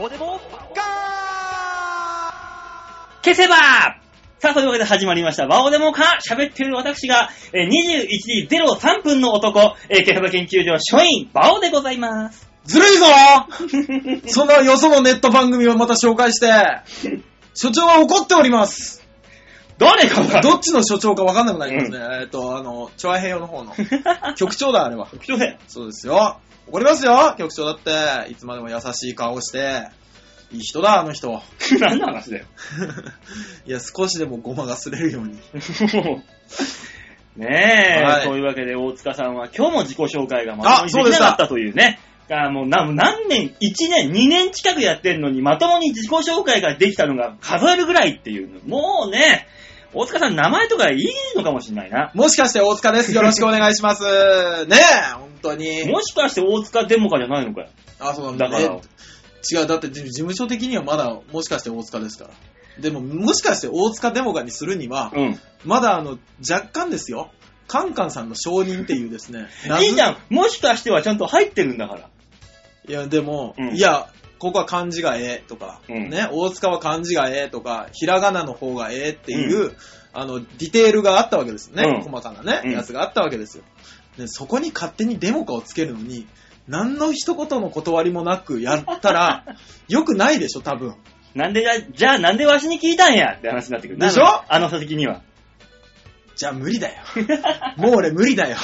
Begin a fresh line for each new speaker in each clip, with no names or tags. こでもガ
消せばさあ、というわけで始まりました。ワオデモか喋ってる私が、えー21時03分の男、えー、競馬研究所所員、バオでございます。
ずるいぞそんなよそのネット番組をまた紹介して、所長は怒っております。
誰かが、
どっちの所長か分かんなくなりますね。えっと、あの、チョアヘヨの方の。局長だ、あれは。
人で、
そうですよ。怒りますよ、局長だって。いつまでも優しい顔して。いい人だ、あの人。
何の話だよ。
いや、少しでもごまがすれるように。
もう ねえ、
はい
というわけで大塚さんは今日も自己紹介がま
あ
ともにできなかったというね。あもうな何年、1年、2年近くやってんのにまともに自己紹介ができたのが数えるぐらいっていう。もうね、大塚さん名前とかいいのかもしんないな。
もしかして大塚です。よろしくお願いします。ねえ、本当に。
もしかして大塚デモかじゃないのかよ。
あ、そうな
だ
ん
か
だ、ね
ら。、
違う、だって事務所的にはまだもしかして大塚ですから。でも、もしかして大塚デモガにするには、
うん。
まだあの、若干ですよ。カンカンさんの承認っていうですね。
いいじゃ
ん
ん。もしかしてはちゃんと入ってるんだから。
いや、でも、
うん
いや、ここは漢字がええとか、
うん
ね、大塚は漢字がええとか、ひらがなの方がええっていう、あの、ディテールがあったわけですよね。
うん
細かなね、
うん
やつがあったわけですよ。でそこに勝手にデモカをつけるのに、何の一言の断りもなくやっ たら、よくないでしょ、多分。
なんでじゃ、じゃあなんでわしに聞いたんやって話になってくる。
でしょ
あの人的には。
じゃあ無理だよ。もう俺無理だよ。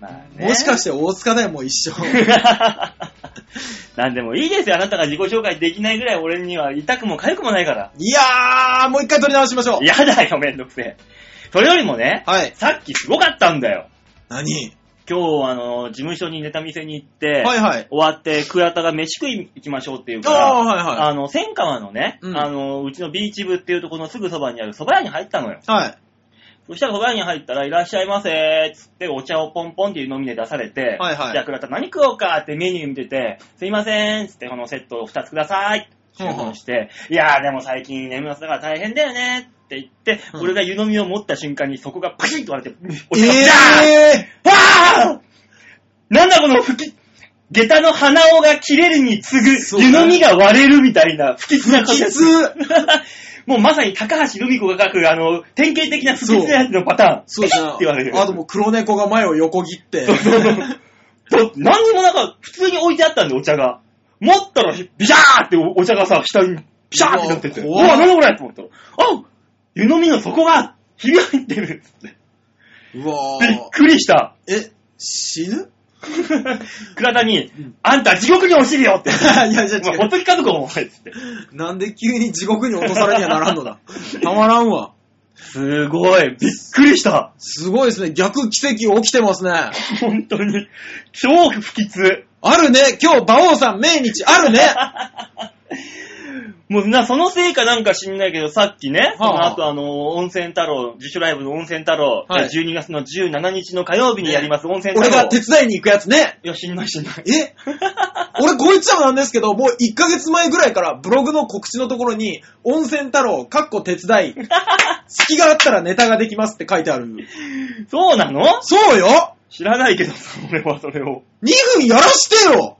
ま あね
もしかして大塚だよ、もう一 生。
なんでもいいですよ、あなたが自己紹介できないぐらい俺には痛くも痒くもないから。
いやー、もう一回取り直しましょう。
やだよ、めんどくせえ。それよりもね、
はい。
さっきすごかったんだよ。
何
今日、あの、事務所にネタ見せに行って、
はいはい。
終わって、倉田が飯食い行きましょうっていう
あ
から、
あ、は
あの、千川のね、
うん
あの、うちのビーチ部っていうところのすぐそばにある蕎麦屋に入ったのよ。
いはい。はい。
そしたら蕎麦屋に入ったら、いらっしゃいませーっつって、お茶をポンポンっていう飲みで出されて、
はいはい
じゃあ倉田何食おうかってメニュー見てて、すいませんっつって、このセットを2つくださいって注文して、いやーでも最近眠らせだから大変だよねって言って、
うん
俺が湯飲みを持った瞬間にそこがパキッと割れて、お茶がジャーン
え
パーンなんだこの吹き、下駄の鼻緒が切れるに次
そう
ぐ、湯飲みが割れるみたいな不吉な
ぇー、き
形
つ
もうまさに高橋留美子が書く、あの、典型的な不吉なやつのパターン。
そうじゃ
って言われる。
あともう黒猫が前を横切って
そ。う そうそうだ何にもなんか、普通に置いてあったんで、お茶が。持ったら、ビシャーっておお茶がさ、下に、ビシャーってなってて。
う
お
わ
わ、なんだこれと思ったら、あ湯飲みの底が、ひびが入ってるっつって。
うわ
びっ
ぁ。
くりした。
え、死ぬ
倉田に
ん、
あんた地獄に落ちるよって。
いや、いや、じゃ
お前ほっとき家族もお前っつって。
なんで急に地獄に落とされにはなら んのだ。たまらんわ。
すごい。びっくりした。
すごいですね。逆奇跡起きてますね。
本当に。超不吉。
あるね。今日、馬王さん、命日、あ るね。
もうな、そのせいかなんか知んないけど、さっきね、その
はあ
後あの、温泉太郎、自主ライブの温泉太郎、
はい
12月の17日の火曜日にやります、温泉太郎。
俺が手伝いに行くやつね。
いや、知んない知んない。
え俺こいつらなんですけど、もう1ヶ月前ぐらいからブログの告知のところに、温泉太郎、かっこ手 伝い、隙があったらネタができますって書いてある。
そうなの
そうよ
知らないけどさ、俺はそれを。
!2 分やらしてよ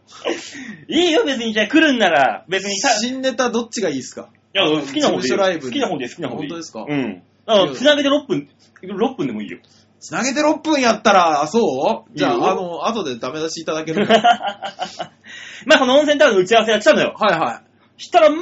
いいよ、別にじゃあ来るんなら、別にさ、い
新ネタどっちがいいですか
や、好きな方
事務
でいい
所
よ。
ライブ
好きな方でいい好きな方でいい。
本当ですか
うん。だから、つなげて6分、6分でもいいよ。
つなげて6分やったら、あ、そうじゃ
いいよ
あ、あの、後でダメ出しいただけるか
まあ、この温泉太郎の打ち合わせやってたのよ。
はいはい。
したら、ま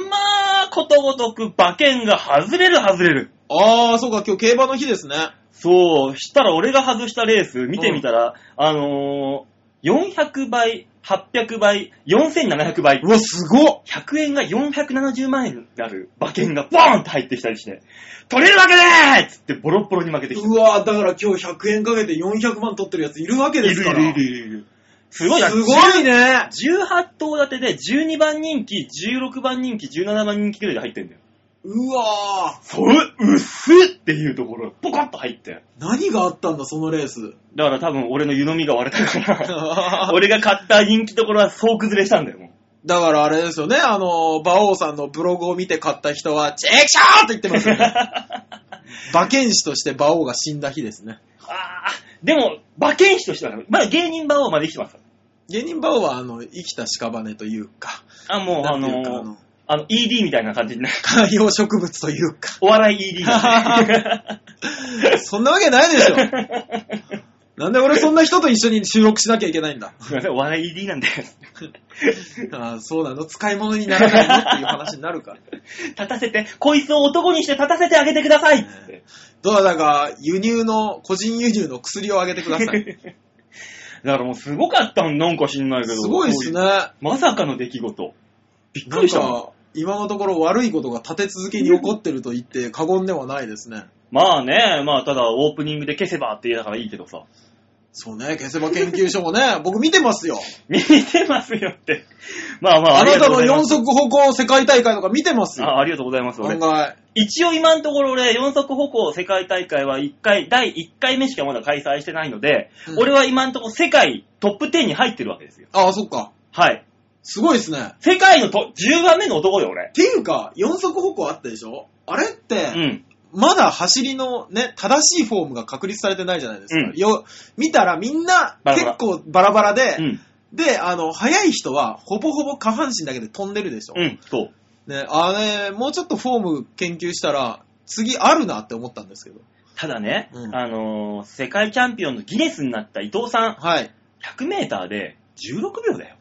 あ、ことごとく馬券が外れる外れる。
あー、そうか、今日競馬の日ですね。
そう、したら俺が外したレース見てみたら、あのー、400倍、800倍、4700倍
う。わ、すごっ
100円が470万円になる馬券がボーンって入ってきたりして、取れるわけねーっつってボロッボロに負けてきた。
うわだから今日100円かけて400万取ってるやついるわけですから。
いるいるいるいる。すごいな。
すごいね
18頭立てで12番人気、16番人気、17番人気ぐらいで入ってんだよ。
うわ
それ、薄っっていうところ、ポコッと入って。
ー何があったんだ、そのレース。
だから多分俺の湯飲みが割れたから、 俺が買った人気ところは総崩れしたんだよ、も う。
だからあれですよね、あの、馬王さんのブログを見て買った人は、チェックシャーって言ってます よね。馬剣士として馬王が死んだ日ですね。
ああ、でも、馬券師としてはね、まだ芸人馬王まで生きてますか
芸人馬王は、あの、生きた屍というか、
ら。あ、もう、あ
なんていうか
のー、あの、ED みたいな感じになる。
観葉植物という か。
お笑い ED だね。
そんなわけないでしょ。なんで俺そんな人と一緒に収録しなきゃいけないんだ。
すいません、お笑い ED なんで。
ああそうなの使い物にならないのっていう話になるから。
立たせて、こいつを男にして立たせてあげてくださいっつって。
どうだか輸入の、個人輸入の薬をあげてく ださい。
だからもうすごかったんなんか知んないけど。
すごいですね。
まさかの出来事。びっ
な
く
ん
りしたもん。
か、今のところ悪いことが立て続けに起こってると言って過言ではないですね。
まあね、まあただオープニングで消せばって言いながらいいけどさ。
そうね、消せば研究所も ね、僕見てますよ。
見てますよって。まあまあ、
あ
あり
な
が
た
とうご
の
ざいま
4
す。
足歩行世界大会とか見てますよ。
あありがとうございます、俺
案。外。
一応今のところ俺、4足歩行世界大会は1回、第1回目しかまだ開催してないので、
うん
俺は今のところ世界トップ10に入ってるわけですよ。
ああ、そっか。
はい。
すごいですね。
世界のと10番目の男よ、俺
っ。ていうか、4足歩行あったでしょあれって、
うん。
まだ走りのね、正しいフォームが確立されてないじゃないですか。
うん
よ見たらみんな
バラバ
結
ラ
構バラバラで、
うん。
で、あの、速い人はほぼほぼ下半身だけで飛んでるでしょ。
うん、そう。
ね、あれ、もうちょっとフォーム研究したら、次あるなって思ったんですけど。
ただね、
うん
あのー世界チャンピオンのギネスになった伊藤さん、
はい。
100メーターで16秒だよ。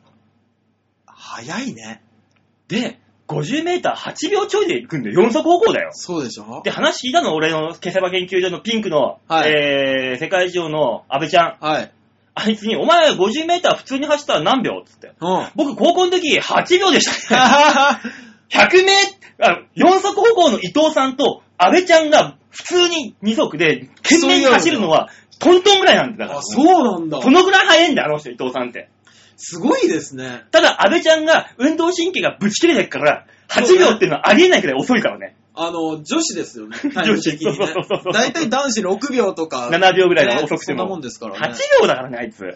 速いね。
で、50メーター8秒ちょいで行くんだよ。4足歩行だよ。
そうでしょ
で、話聞いたの俺の消せば研究所のピンクの、
はい
えー、世界女王の安倍ちゃん。
はい。
あいつに、お前50メーター普通に走ったら何秒つって。
う ん。は
僕高校の時8秒でした ね。
は
100メあ、4足歩行の伊藤さんと安倍ちゃんが普通に2足で懸命に走るのはトントンぐらいなんだから。
あ、そうなんだ
そ。のぐらい速いんだよ、あの人、伊藤さんって。
すごいですね。
ただ、安倍ちゃんが運動神経がぶち切れてるから、8秒っていうのはありえないくらい遅いからね。
あの、女子で すよね。タイム的に
女
ね
子そうそうそう。
だいたい男子6秒とか。
7秒ぐらいが
ね
遅くて
そんなも
も。
んですからね
8。秒だからね、あいつ。
い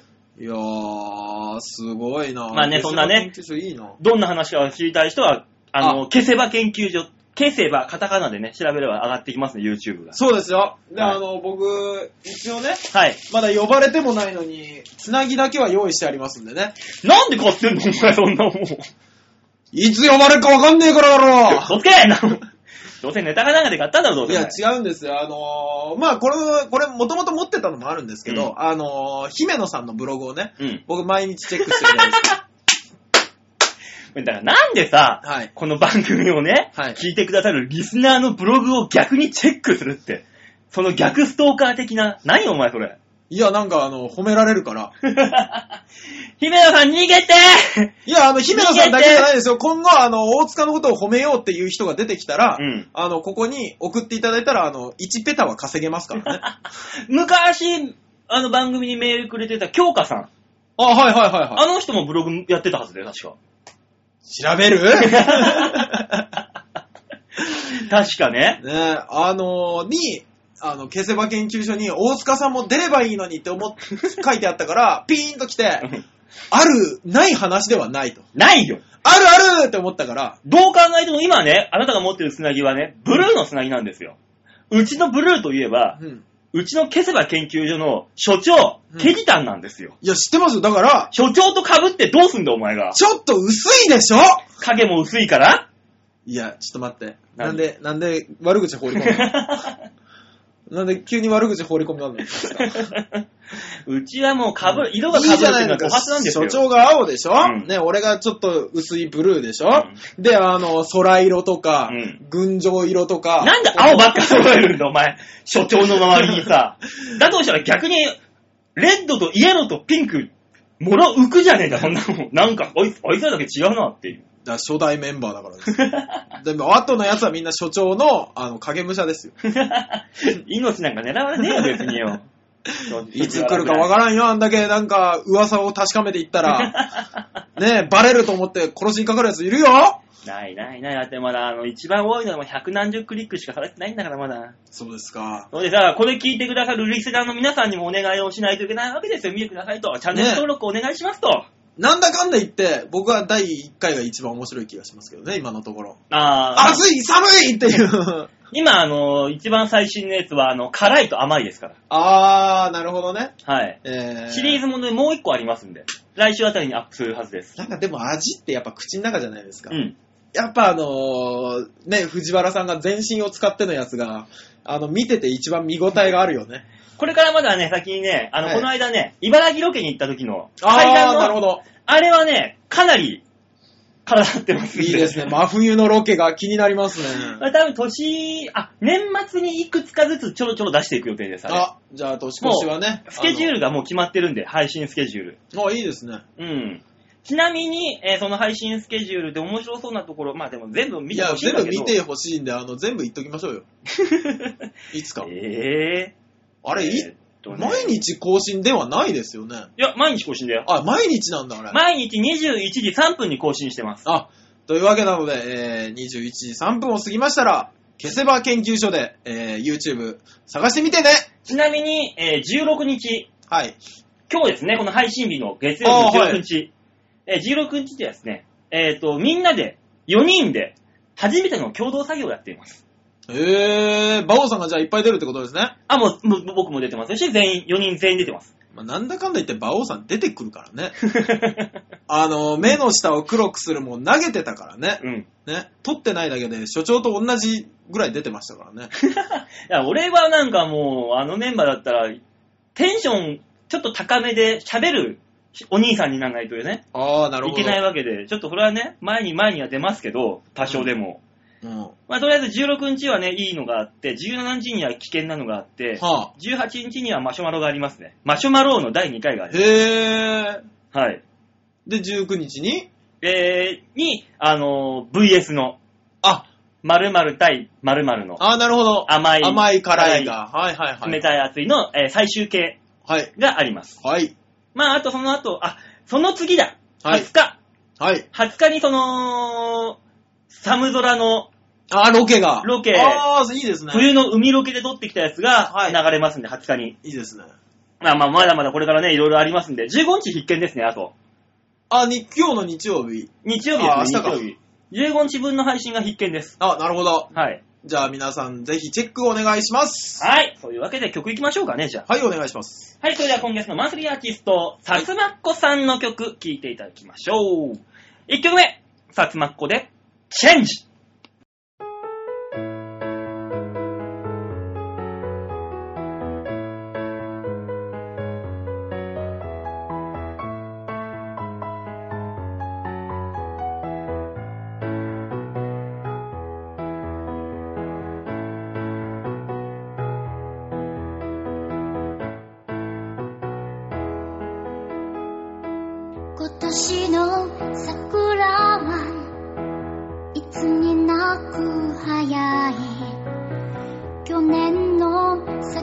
やー、すごいな
まあねそんなね
消せば研究所いいな。
どんな話か知りたい人は、あの、消せば研究所、消せばカタカナでね、調べれば上がってきますね、YouTube が。
そうですよ。で、
はい
あの、僕、一応ね、
はい。
まだ呼ばれてもないのに、つなぎだけは用意してありますんでね。
なんで買ってんの お前、そんなもん。
いつ呼ばれるかわかんねえからだろ
どつけなどうせネタかなんかで買ったんだろ、どう
い
せ。
や、違うんですよ。あのーまあ、これ、これ、もともと持ってたのもあるんですけど、
う
あのー姫野さんのブログをね、
うん。
僕毎日チェックしてるじゃないですか。
だからなんでさ、
はい。
この番組をね、
はい
聞いてくださるリスナーのブログを逆にチェックするって、その逆ストーカー的な、何お前それ。
いや、なんか、あの、褒められるから。
姫野さん逃げて
いや、あの、姫野さんだけじゃないですよ。今後、あの、大塚のことを褒めようっていう人が出てきたら、
うん
あの、ここに送っていただいたら、あの、1ペタは稼げま すからね。あ、
昔、あの番組にメールくれてた京香さん。
はいはいはいは
あの人もブログやってたはずだよ、確か。
い。調べる
確かね。
ねえ、あのに、あの、消せば研究所に大塚さんも出ればいいのにって思って書いてあったから、ピーンと来て、ある、ない話ではないと。
ないよ。
あるあるって思ったから、
どう考えても今ね、あなたが持ってるつなぎはね、ブルーのつなぎなんですよ。うちのブルーといえば、
うん。
うちの消せば研究所の所長
う、ん
ケジタンなんですよ。
いや、知ってますよ。だから、
所長と被ってどうすんだお前が。
ちょっと薄いでしょ
影も薄いから。
いや、ちょっと待って。な
何
んで、なんで悪口放り込むのなんで急に悪口放り込みなんですか
うちはもう被る、色が被る
いい
って
じ
い
ゃ
う
ない
のは
の
ご
か。
発なんですよ。
所長が青でしょ、
うん
ね、俺がちょっと薄いブルーでしょ、
う
で、あの、空色とか、
うん
群青色とか。
なんで青ばっか揃えるんだ、お前。所長の周りにさ。 だとしたら逆に、レッドとイエローとピンク、もろ浮くじゃねえか、そんなもん。なんか、あいつ、あいつらだけ違うなっていう。
だ初代メンバーだか らです。でも、後のやつはみんな所長の、あの、影武者ですよ。
命なんか狙われねえよ、別に よ。
いつ来るかわからんよ、あんだけなんか、噂を確かめていったら、 ね、バレると思って殺しにかかるやついるよ
ないないない。だってまだ、あの、一番多いのはもう百何十クリックしかされてないんだから、まだ。
そうですか。
そうでさ、これ聞いてくださるリスナーの皆さんにもお願いをしないといけないわけですよ。見てくださいと。チャンネル登録お願いしますと。
なんだかんだ言って、僕は第1回が一番面白い気がしますけどね、今のところ。
あー
暑い寒いっ ていう。
今、あの、一番最新のやつは、あの、辛いと甘いですから。
あー、なるほどね。
はい。
えー、
シリーズもね、もう一個ありますんで、来週あたりにアップするはずです。
なんかでも味ってやっぱ口の中じゃないですか。
うん。
やっぱあのーね、藤原さんが全身を使ってのやつが、あの、見てて一番見応えがあるよね。
これからまだね、先にね、あの、
はい
この間ね、茨城ロケに行った時の
あ
階段
ー、なる
の、
ほど。
あれはね、かなり体張ってますん。
いいですね。真冬のロケが気になりますね。
まあ多分年、あ、年末にいくつかずつちょろちょろ出していく予定です、あれ
あ、じゃあ年越しはね。
スケジュールがもう決まってるんで、配信スケジュール。
あのあ、いいですね。
うん。ちなみに、えーその配信スケジュールで面白そうなところ、まあでも全部見
い
て
や
ほ、しい
全
んだ
部
けど。
見てほしいんで、あの、全部言っときましょ うよ。いつか。
え
あれ、い
えーっとね
毎日更新ではないですよね。
ー、いや、毎日更新だよ。
あ、毎日なんだ、あれ。
毎日21時3分に更新してます。
あ、というわけなので、えー、21時3分を過ぎましたら、消せば研究所で、えー、YouTube 探してみてね
ちなみに、えー16日、
はい。
今日ですね、この配信日の月曜日の16日、えー16日でですね、えーっと、みんなで、4人で、初めての共同作業をやっています。
えー、バオさんがじゃあいっぱい出るってことですね。
あ、もう、もう僕も出てますし、全員、4人全員出てます。
まあ、なんだかんだ言って馬王さん出てくるから ね。あの、目の下を黒くするもん投げてたからね。
うん。
ね。取ってないだけで、所長と同じぐらい出てましたから ね。
いや、俺はなんかもう、あのメンバーだったら、テンションちょっと高めで喋るお兄さんにならないとね、
ああ、なる
い
ほど。
けないわけで、ちょっとこれはね、前に前には出ますけど、多少でも。
うん。は
まあ、とりあえず16日はね、いいのがあって、17日には危険なのがあって、
あ。
18日にはマシュマロがありますね。マシュマローの第2回がある。
へえ。
はい。
で、19日に、
えー、に、あのー VS の、
あ、
〇〇対〇〇の、
ああ、なるほど。
甘い
甘い辛いが。はいはいはい。
冷たい熱いの、えー最終形
はい。
があります。
はい。
まあ、あとその後、あ、その次だ。
はい
20日。
はい。
20日にその、寒空の
あー、ロケが。
ロケ
ああ、いいですね。
冬の海ロケで撮ってきたやつが
は
流
い
れますんで、20日に。
いいですね。
まあまあ、まだまだこれからね、いろいろありますんで、15日必見ですね、あと。
あ、に、今日の日曜日。
日曜日ですね、
あ明日か
日曜日。15日分の配信が必見です。
あ、なるほど。
はい。
じゃあ皆さんぜひチェックお願いします。
はい。というわけで曲いきましょうかね、じゃあ。
はい、お願いします。
はい、それでは今月のマンスリーアーティスト、さつまっこさんの曲、聴いていただきましょう。1曲目、さつまっこで、チェンジ
今年の桜はいつになく早い去年の桜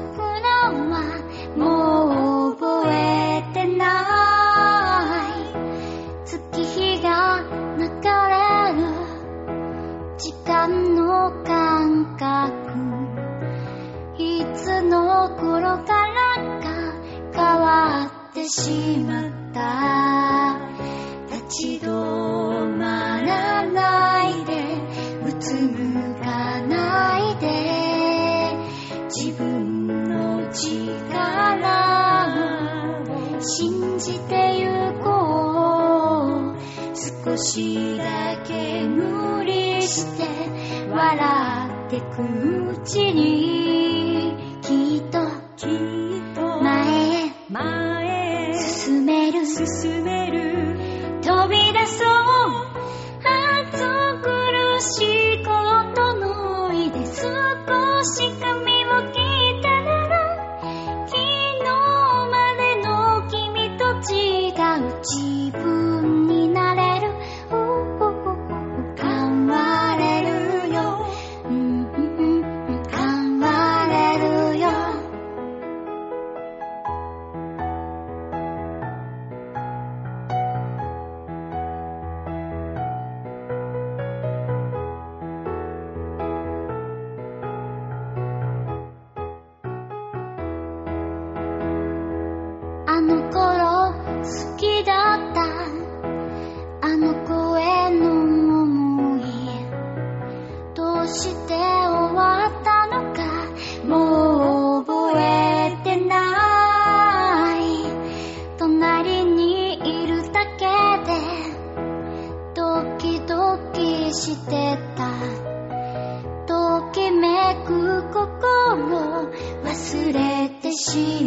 はもう覚えてない月日が流れる時間の感覚いつの頃からか変わってしまった立ち止まらないでうつむかないで自分の力を信じてゆこう少しだけ無理して笑ってくうちにきっと前へ
前へ
進める
進める
飛び出そう暑苦しいことのいで少し髪を切ったら昨日までの君と違う自分になれるおおおお変われるようんうんうん変われるよ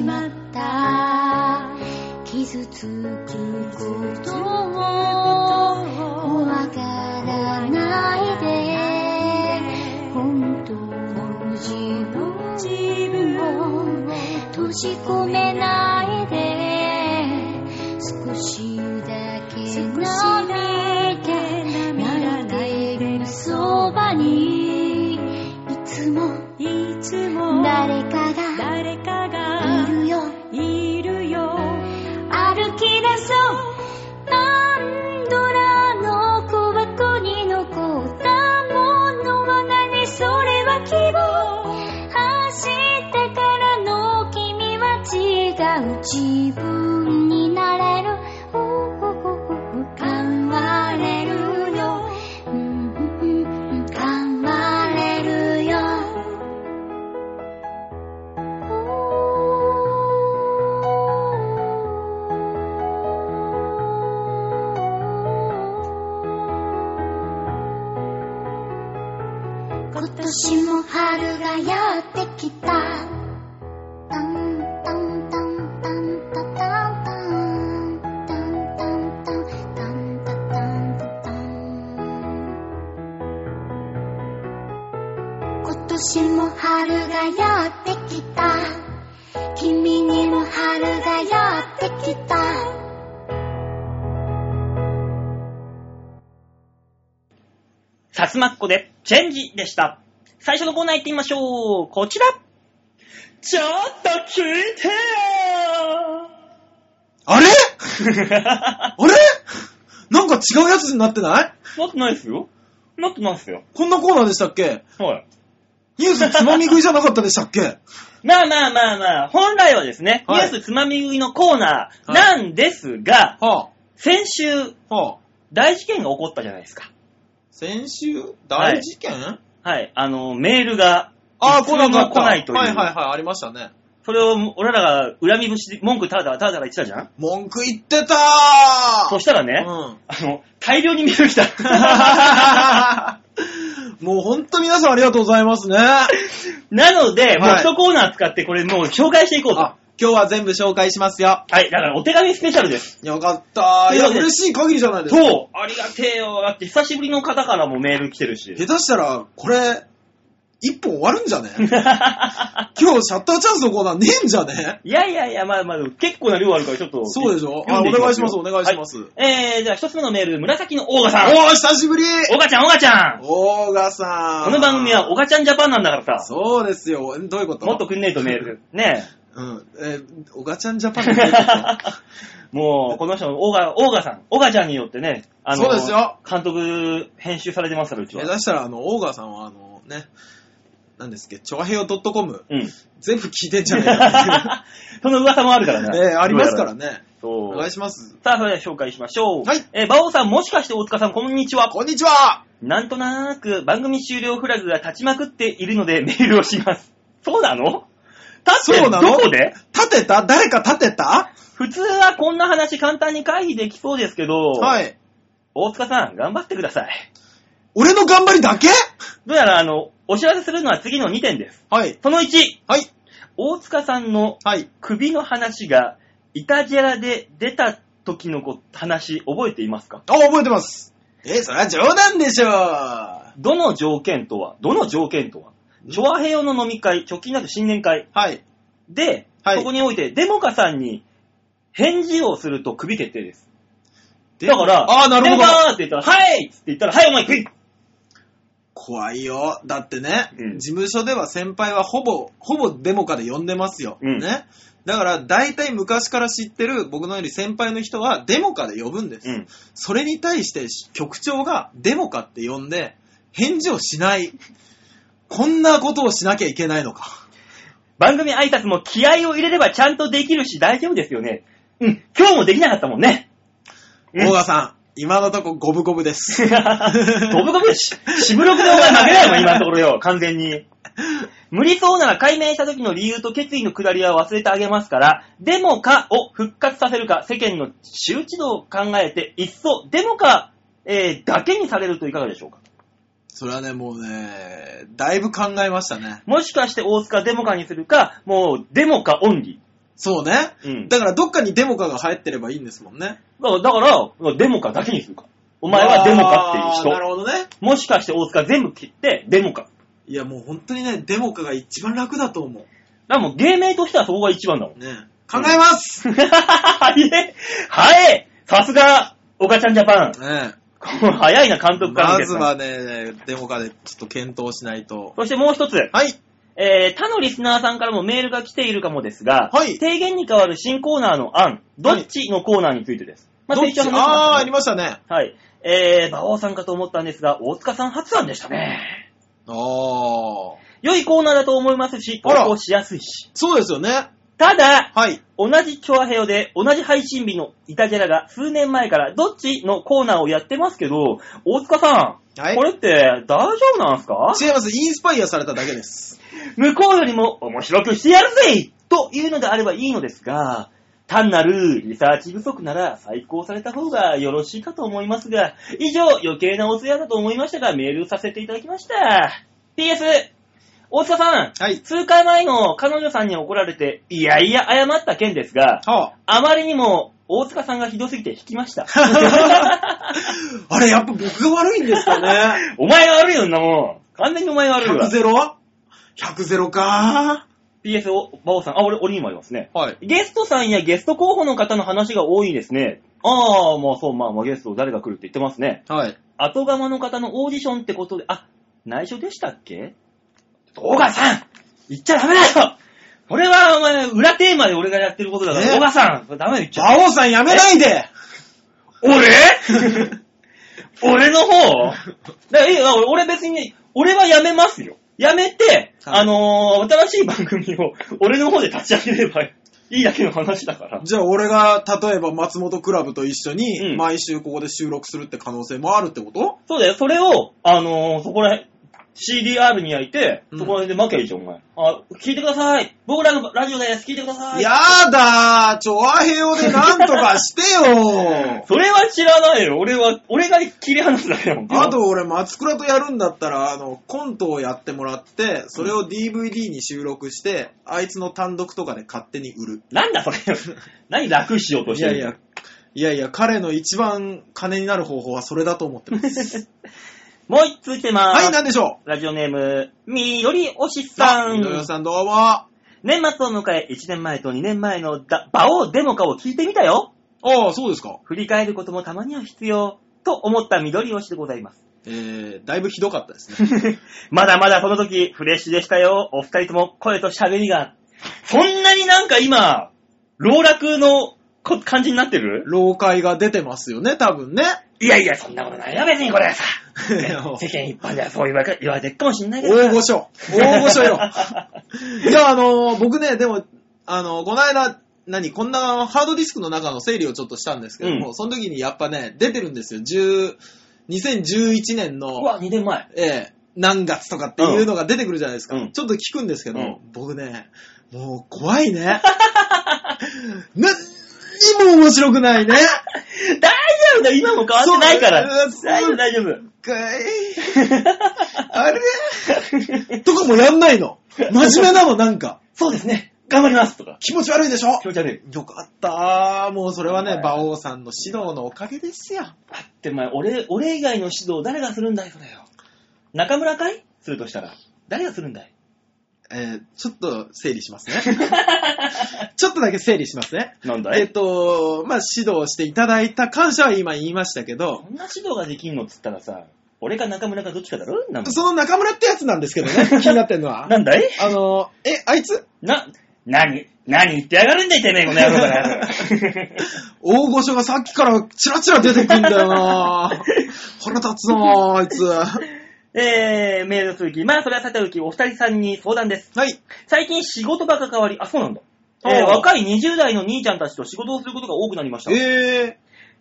った傷つくことを怖がらないで本当の自分を閉じ込めないで少しだけ涙で慣れてそばにいつも
いつも
誰かが
誰か
い
が
るよ
いるよ
歩き出そうパンドラの小箱に残ったものは何それは希望明日からの君は違う自分になれるおおおお変われるようんうんうん変われるよ今年も春がやってきた。タンタンタンタンタタンタンタンタンタンタンタンタンタン今年も春がやってきた。君にも春がやってきた。
さつまっこでチェンジでした。最初のコーナー行ってみましょう。こちら。ちょっと聞いて
あれ
よ
あれなんか違うやつになってない
なってないですよ。なってないですよ。
こんなコーナーでしたっけ
はい。
ニュースつまみ食いじゃなかったでしたっけ
まあまあまあまあ、本来はですね、
はい
ニュースつまみ食いのコーナーな
はい
んですが、
は
先週、
あ、はあ、
大事件が起こったじゃないですか。
先週
はい
大事件、
はい。あの、メールが、
ああ、
いつに
来
も
なかった。
来ないという
はいはいはい、ありましたね。
それを、俺らが恨み節、文句ただただただ言ってたじゃん
文句言ってた
そ
ー
したらね、
うん。
あの、大量にメール来た。
もうほんと皆さんありがとうございますね。
なので、もう
はい
一コーナー使ってこれもう紹介していこうと。は
あ、今日は全部紹介しますよ。
い、だからお手紙スペシャルです。
よかったー。いや、嬉しい限りじゃないですか。
そうありがてえよだって久しぶりの方からもメール来てる し。
下手したら、これ、一本終わるんじゃね今日シャッターチャンスのコーナーねえんじゃね
いやいやいや、まあまあ、結構な量あるからちょっと。
そうでしょ
読んいきよ
あお願いしますお願い
は
し
いえー、じゃあ一つ目のメール、紫のオーガさん。
おー、久しぶり
オーガちゃん、オーガちゃん
オーガさん。
この番組はオーガちゃんジャパンなんだからさ。
そうですよ。どういうこと
もっとくんねえとメール。 ね え。
うん。えー、オガちゃんジ ャパンのどういうこと
もう、この人、オーガ、オーガさん、オーガちゃんによってね、あの、
そうですよ
監督、編集されてますから、うち
下
は。
手したら、あの、オーガさんは、あの、ね、なんですっけ、チョアヘヨ .com、
うん。
全部聞いてんじゃねえか
その噂もあるから
って
ね
いう。。 えー、ありますから。ね。
そ
お
う。
願いします。
さあ、それでは紹介しましょう。
はい
えー、馬王さん、もしかして大塚さん、こんにちは。
こんにちは
なんとなーく、番組終了フラグが立ちまくっているので、メールをします。そうなの立って
そうなの
どこで
立てた誰か立てた
普通はこんな話簡単に回避できそうですけど、
はい。
大塚さん、頑張ってください。
俺の頑張りだけ
どうやら、あの、お知らせするのは次の2点です。
はい。
その1、
はい。
大塚さんの
はい。
首の話が、イタジェラで出た時のこ話、覚えていますか
あ、覚えてます。えー、それは冗談でしょは
どの条件とは、どの条件とは、チョアヘヨの飲み会、直近だと新年会
い。
で、
はい
そこにおいて、デモカさんに返事をすると首決定です。
で
だから、
あーなるほど
デモカーって言ったら、はいって言ったら、はい、お前食い
怖いよ。だってね、
うん
事務所では先輩はほぼ、ほぼデモカで呼んでますよ。
うん
ね。だから、大体昔から知ってる僕のより先輩の人はデモカで呼ぶんです。
うん。
それに対して局長がデモカって呼んで、返事をしない。こんなことをしなきゃいけないのか。
番組挨拶も気合を入れればちゃんとできるし大丈夫ですよね。うん、今日もできなかったもんね。うん
大川さん、今のとこ五分五分で す。
ゴブゴブし、しぶろくでお前負けないもん、今のところよ、完全に。無理そうなら解明した時の理由と決意のくだりは忘れてあげますから、デモかを復活させるか、世間の周知度を考えて、いっそデモか、えーだけにされるといかがでしょうか。
それはね、もうね、だいぶ考えましたね。
もしかして大塚デモかにするか、もうデモかオンリ
そうね。
うん。だ
だからどっかにデモカが入ってればいいんですもんね。
から、だからデモかだけにするか。お前はデモかって
あー
いう
な
人。
るほどね。
もしかして大塚全部切って、デモか。
いやもう本当にね、デモカが一番楽だと思う。
だからもう芸名としてはそこが一番だもん。
ね考えます、
はいえ、はいさすが、岡ちゃんジャパン。
ね
この早いな、監督から
ま
見て
ずはね、デモカでちょっと検討しないと。
そしてもう一つ、
はい。
えー、他のリスナーさんからもメールが来ているかもですが、
はい
提言に代わる新コーナーの案、どっちのコーナーについてです。ま
どっ
先
ち
週話しました
あー、ありましたね。
はい。えー、馬王さんかと思ったんですが、大塚さん発案でしたね。
あー。
良いコーナーだと思いますし、投
あら
稿しやすいし。
そうですよね。
ただ、
はい。
同じチョアヘヨで、同じ配信日のイタジェラが数年前からどっちのコーナーをやってますけど、大塚さん、
はい
これって大丈夫なんすか
違います。インスパイアされただけです。
向こうよりも面白くしてやるぜというのであればいいのですが、単なるリサーチ不足なら再考された方がよろしいかと思いますが、以上余計なお世話だと思いましたがメールさせていただきました。PS、大塚さん、
はい。
数回前の彼女さんに怒られて、いやいや謝った件ですが、
は
あまりにも大塚さんがひどすぎて引きま した。
あ、あれ、やっぱ僕が悪いんですかね。
お前が悪いよ、んなもん。完全にお前が 悪いわ
100。ゼロ ?100 ゼロか
PS、バオさん、あ、俺、俺にもありますね。
はい。
ゲストさんやゲスト候補の方の話が多いですね。ああ、まあそう、まあまあゲスト誰が来るって言ってますね。
はい。
後釜の方のオーディションってことで、あ、内緒でしたっけ小川さん言っちゃダメだよこれはお前、裏テーマで俺がやってることだから、
え
小川さんこれダメだよ言っちゃ
馬王さんやめないで
俺俺の方だからいいよ俺別に、俺はやめますよ。やめて、
はい
あのー新しい番組を俺の方で立ち上げればいいだけの話だから。
じゃあ俺が、例えば松本クラブと一緒
う
に、
ん
毎週ここで収録するって可能性もあるってこと、
そうだよ、それを、あのーそこら辺、CDR に焼いて、
うん
そこら辺で負けばいいじゃん、お前。あ、聞いてください。僕らのラジオです、聞いてください。
や、だーチョアヘオでなんとかして よ
それは知らないよ。俺は、俺が切り離すだけだもん。
あと、俺、松倉とやるんだったら、あの、コントをやってもらって、それを DVD に収録して、あいつの単独とかで勝手に売る。
なんだそれ。何楽しようと
い
して
や
る
いや、いやいや、彼の一番金になる方法はそれだと思ってます。
もう一通来てまーす。
はい、なんでしょ
ラジオネーム、みよりおし
う
さ
あ
ん
み。どよさんどうも。
年末を迎え、1年前と2年前のだ、バオデモカを聞いてみたよ。
ああ、そうですか。
振り返ることもたまには必要。と思った緑推しでございます。
えー、だいぶひどかったですね。
まだまだその時、フレッシュでしたよ。お二人とも声と喋りが。そんなになんか今、老落のこ感じになってる
老解が出てますよね、多分ね。
いやいや、そんなことないよ、別にこれ はさ。
いや
世間一般ではそう言われ言われてるかもしんないけど。
大御所。大御 所よ。 いや、あのー僕ね、でも、あのーこの間、何、こんなハードディスクの中の整理をちょっとしたんですけども、
うん
その時にやっぱね、出てるんですよ。10 2011年
う
の、
わ、2年前。
ええ何月とかっていうのが出てくるじゃないですか。
うん
ちょっと聞くんですけど、
うん
僕ね、もう怖いね。 何にも面白くな いね。
大丈夫だよ、今も変わってないから。
そう
大丈夫、大丈夫。
かい。あれとかもやんないの。真面目なの、なんか。
そうですね、頑張りますとか。
気持ち悪いでしょ
気持ち悪い。
よかったもうそれは
は
ね
い、
馬王さんの指導のおかげですよ。
だってお前、俺、俺以外の指導誰がするんだい、それよ。中村かいするとしたら。誰がするんだい
えーちょっと整理します ね。ちょっとだけ整理しますね。
なん
えっと、まあ、指導していただいた感謝は今言いましたけど
こ、んな指導ができんのっつったらさ、俺か中村かどっちかだろなんだ
その中村ってやつなんですけど ね、気になってんのは。
なんだい
あの、え、あいつ
な、なに、なに言ってやがるんだいてめえ、この野郎 から。
大御所がさっきからチラチラ出てくんだよ な腹立つなあいつ。は
えー、メールの続き。まあ、それはさておき、お二人さんに相談です。
い。
最近仕事が関わり、あ、そうなんだ。えー
ああ
若い20代の兄ちゃんたちと仕事をすることが多くなりました。
え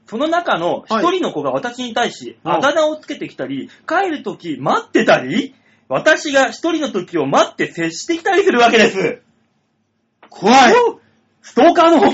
その中の一人の子が私に対し、あだ名をつけてきたり、帰るとき待ってたり、私が一人の時を待って接してきたりするわけです。
ー、怖い。
ストーカーの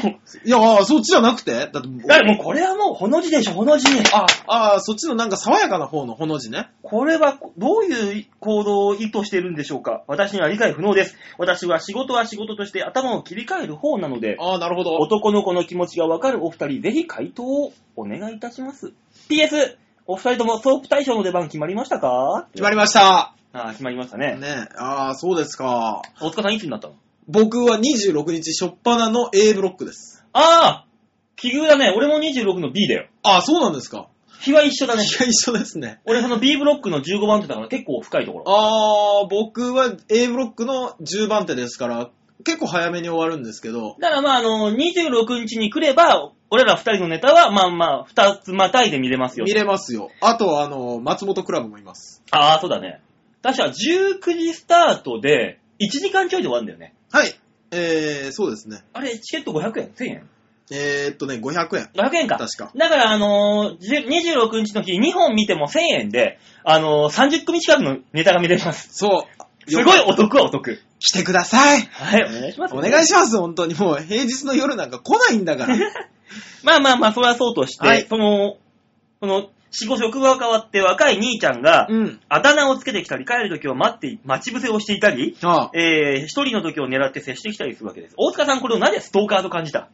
いや、ああ、そっちじゃなくてだって、
だからもうこれはもうほの字でしょ、ほの字。
あああ、そっちのなんか爽やかな方のほの字ね。
これはどういう行動を意図しているんでしょうか私には理解不能です。私は仕事は仕事として頭を切り替える方なので、
ああ、なるほど。
男の子の気持ちがわかるお二人、ぜひ回答をお願いいたします。PS、お二人ともソープ大賞の出番決まりましたか
決まりました。
あー決まりましたね。
ねえ、ああ、そうですか。
大塚さんいつになったの
僕は26日、初っ端の A ブロックです。
ああ奇遇だね。俺も26の B だよ。
ああ、そうなんですか。
日は一緒だね。
いや、一緒ですね。
俺その B ブロックの15番手だから結構深いところ。
ああ、僕は A ブロックの10番手ですから、結構早めに終わるんですけど、
だからまああの、26日に来れば、俺ら二人のネタはまあまあ、二つまたいで見れますよ
見。れますよ。あと、あの、松本クラブもいます。
ああ、そうだね。確か19時スタートで、1時間ちょいで終わるんだよね。
はい。えー、そうですね。
あれ、チケット500円 ?1000 円
えー、っとね、500円。
?500 円か。
確か。
だから、あのー、10 26日の日、2本見ても1000円で、あのー、30組近くのネタが見れます。
そう。
すごいお得はお得。
来てください。
はい、お願いします、
お願い
し
します、本当に。もう平日の夜なんか来ないんだから。
まあまあまあ、それはそうとして、
はい
その、その、仕事職場が変わって若い兄ちゃんが、
うん。
あだ名をつけてきたり、帰る時を待って、待ち伏せをしていたり、
ああ
えー、一人の時を狙って接してきたりするわけです。大塚さん、これをなぜストーカーと感じた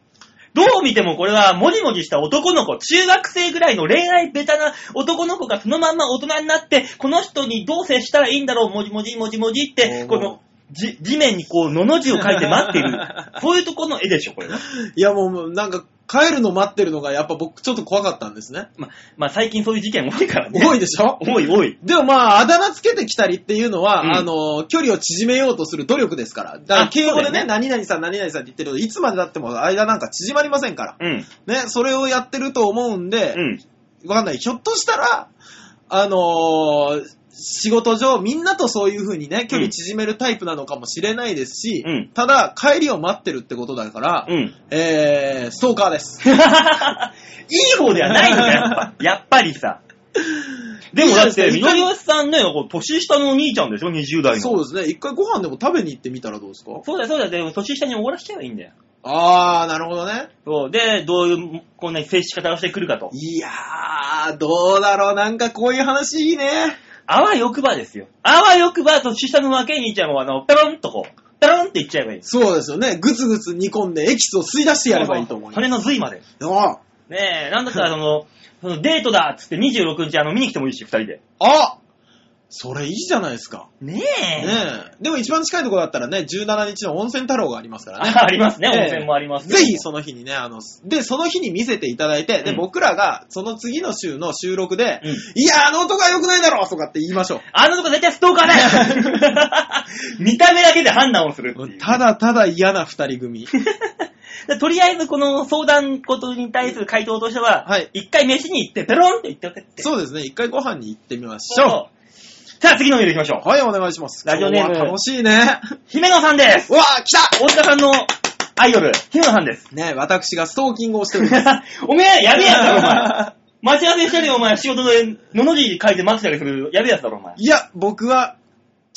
どう見てもこれは、もじもじした男の子、中学生ぐらいの恋愛ベタな男の子がそのまんま大人になって、この人にどう接したらいいんだろう、もじもじもじもじって、
おー
この、じ、地面にこう、のの字を書いて待ってい る。そういうところの絵でしょ、これは。
いや、もうなんか帰るの待ってるのがやっぱ僕ちょっと怖かったんですね。
ま、まあ、最近そういう事件多いからね。
多いでしょ
多い、多い。
でもまあ、あだ名つけてきたりっていうのは、
うん
あの、距離を縮めようとする努力ですから。だか
あ
ら敬語で
そうだ
ね、
よね
何々さん、何々さんって言ってると、いつまでだっても間なんか縮まりませんから。
うん。
ね、それをやってると思うんで、
うん。
わかんない。ひょっとしたら、あのー仕事上、みんなとそういう風にね、距離縮めるタイプなのかもしれないですし、
うん
ただ、帰りを待ってるってことだから、
うん。
えー、ストーカーです。
いい方ではないんだ、やっぱ。やっぱりさ。でもだって、
いいじゃないですか
みのりわしさんね、こう年下のお兄ちゃんでしょ ?20 代の。
そうですね。一回ご飯でも食べに行ってみたらどうですか
そうだよそうだよ。でも年下に終わらせちゃえばいいんだよ。
あー、なるほどね。
そう。で、どういう、こんな接し方をしてくるかと。
いやー、どうだろう。なんかこういう話いいね。
あわよくばですよ。あわよくば、年下の若い兄ちゃんを、あの、ペロンとこう、ペロンっていっちゃえばいい。
そうですよね。ぐつぐつ煮込んでエキスを吸い出してやればいいと思いま
羽の髄まで。
す。あ
ねえ、なんだったら、その、そのデートだっつって26日、あの、見に来てもいいし、二人で。
あそれいいじゃないですか。
ねえ。
ねえ。でも一番近いところだったらね、17日の温泉太郎がありますからね。
あありますね、
ええ
温泉もありますね
ぜひその日にね、あの、で、その日に見せていただいて、で、
うん
僕らがその次の週の収録で、
うん
いや、あの音が良くないだろうとかって言いましょう。
あのとこ絶対ストーカーだ よ見た目だけで判断をするっていう
ただただ嫌な二 人組。
でとりあえずこの相談事に対する回答としては、
はい
一回飯に行ってペロンって言っておくって。
そうですね、一回ご飯に行ってみまし
そ
ょう。
う。さあ次のメール行きましょう。
はい、お願いします。
ラジオネーム
今日は楽しいね。
姫野さんです。
うわー、来た
大塚さんのアイドル、姫野さん です。
ねえ私がストーキングをしており ます。
おめえ、やべえやつだろ、お 前。待ち合わせしたり、お前、仕事で、のの字書いて待ってたりする、やべえやつだろ、お前。
いや、僕は、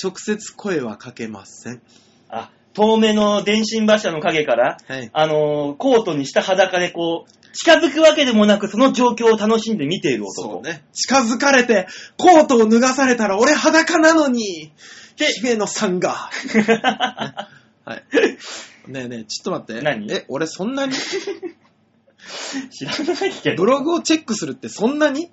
直接声はかけません。
あ、透明の電信柱の影から、
はい。
あのーコートにした裸でこう、近づくわけでもなく、その状況を楽しんで見ている男。
そうね。近づかれて、コートを脱がされたら俺裸なのに、姫野さんが。 はい。ねえねえ、ちょっと待って。
何
え、俺そんなに
知らないけど。
ブログをチェックするってそんな に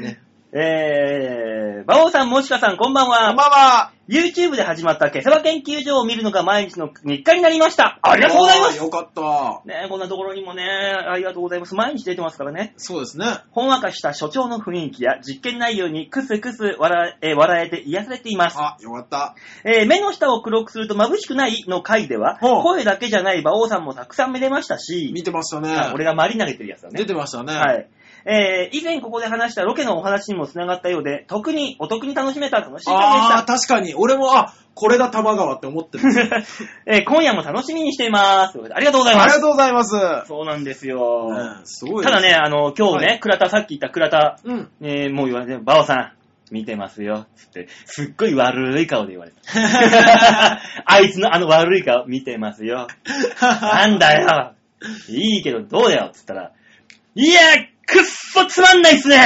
ね。
えー、馬王さん、もしかさん、こんばんは。
こんばんは。
YouTube で始まった今朝は研究所を見るのが毎日の日課になりました。ありがとうございま
あー
す。
よかった。
ねこんなところにもね、ありがとうございます。毎日出てますからね。
そうですね。
ほんわかした所長の雰囲気や実験内容にクスクス笑え笑えて癒されています。
あ、よかった。
えー目の下を黒くすると眩しくないの回では、
ほう
声だけじゃない馬王さんもたくさん見れました
見
し、
てましたね。
あ俺がマリン投げてるやつだね
出。てましたね。
はい。えー以前ここで話したロケのお話にも繋がったようで、特にお得に楽しめた楽しい
ああー、
回
確かに。俺も、あ、これだ玉川って思ってる。
でした。 えー今夜も楽しみにしています。ありがとうござい
あ
ま
りが
す。
とうございます。
そうなんですよ。
うんすごい。
ただ、ね、あの、今日ね、
は
倉田、さっき言った倉田、
うん。
えーもう言われて、バオさん、見てますよ、つって、すっごい悪い顔で言 われた。あいつのあの悪い顔、見てますよ。なんだよ。いいけど、どうだよ、つったら、いや、くっそつまんないっす ね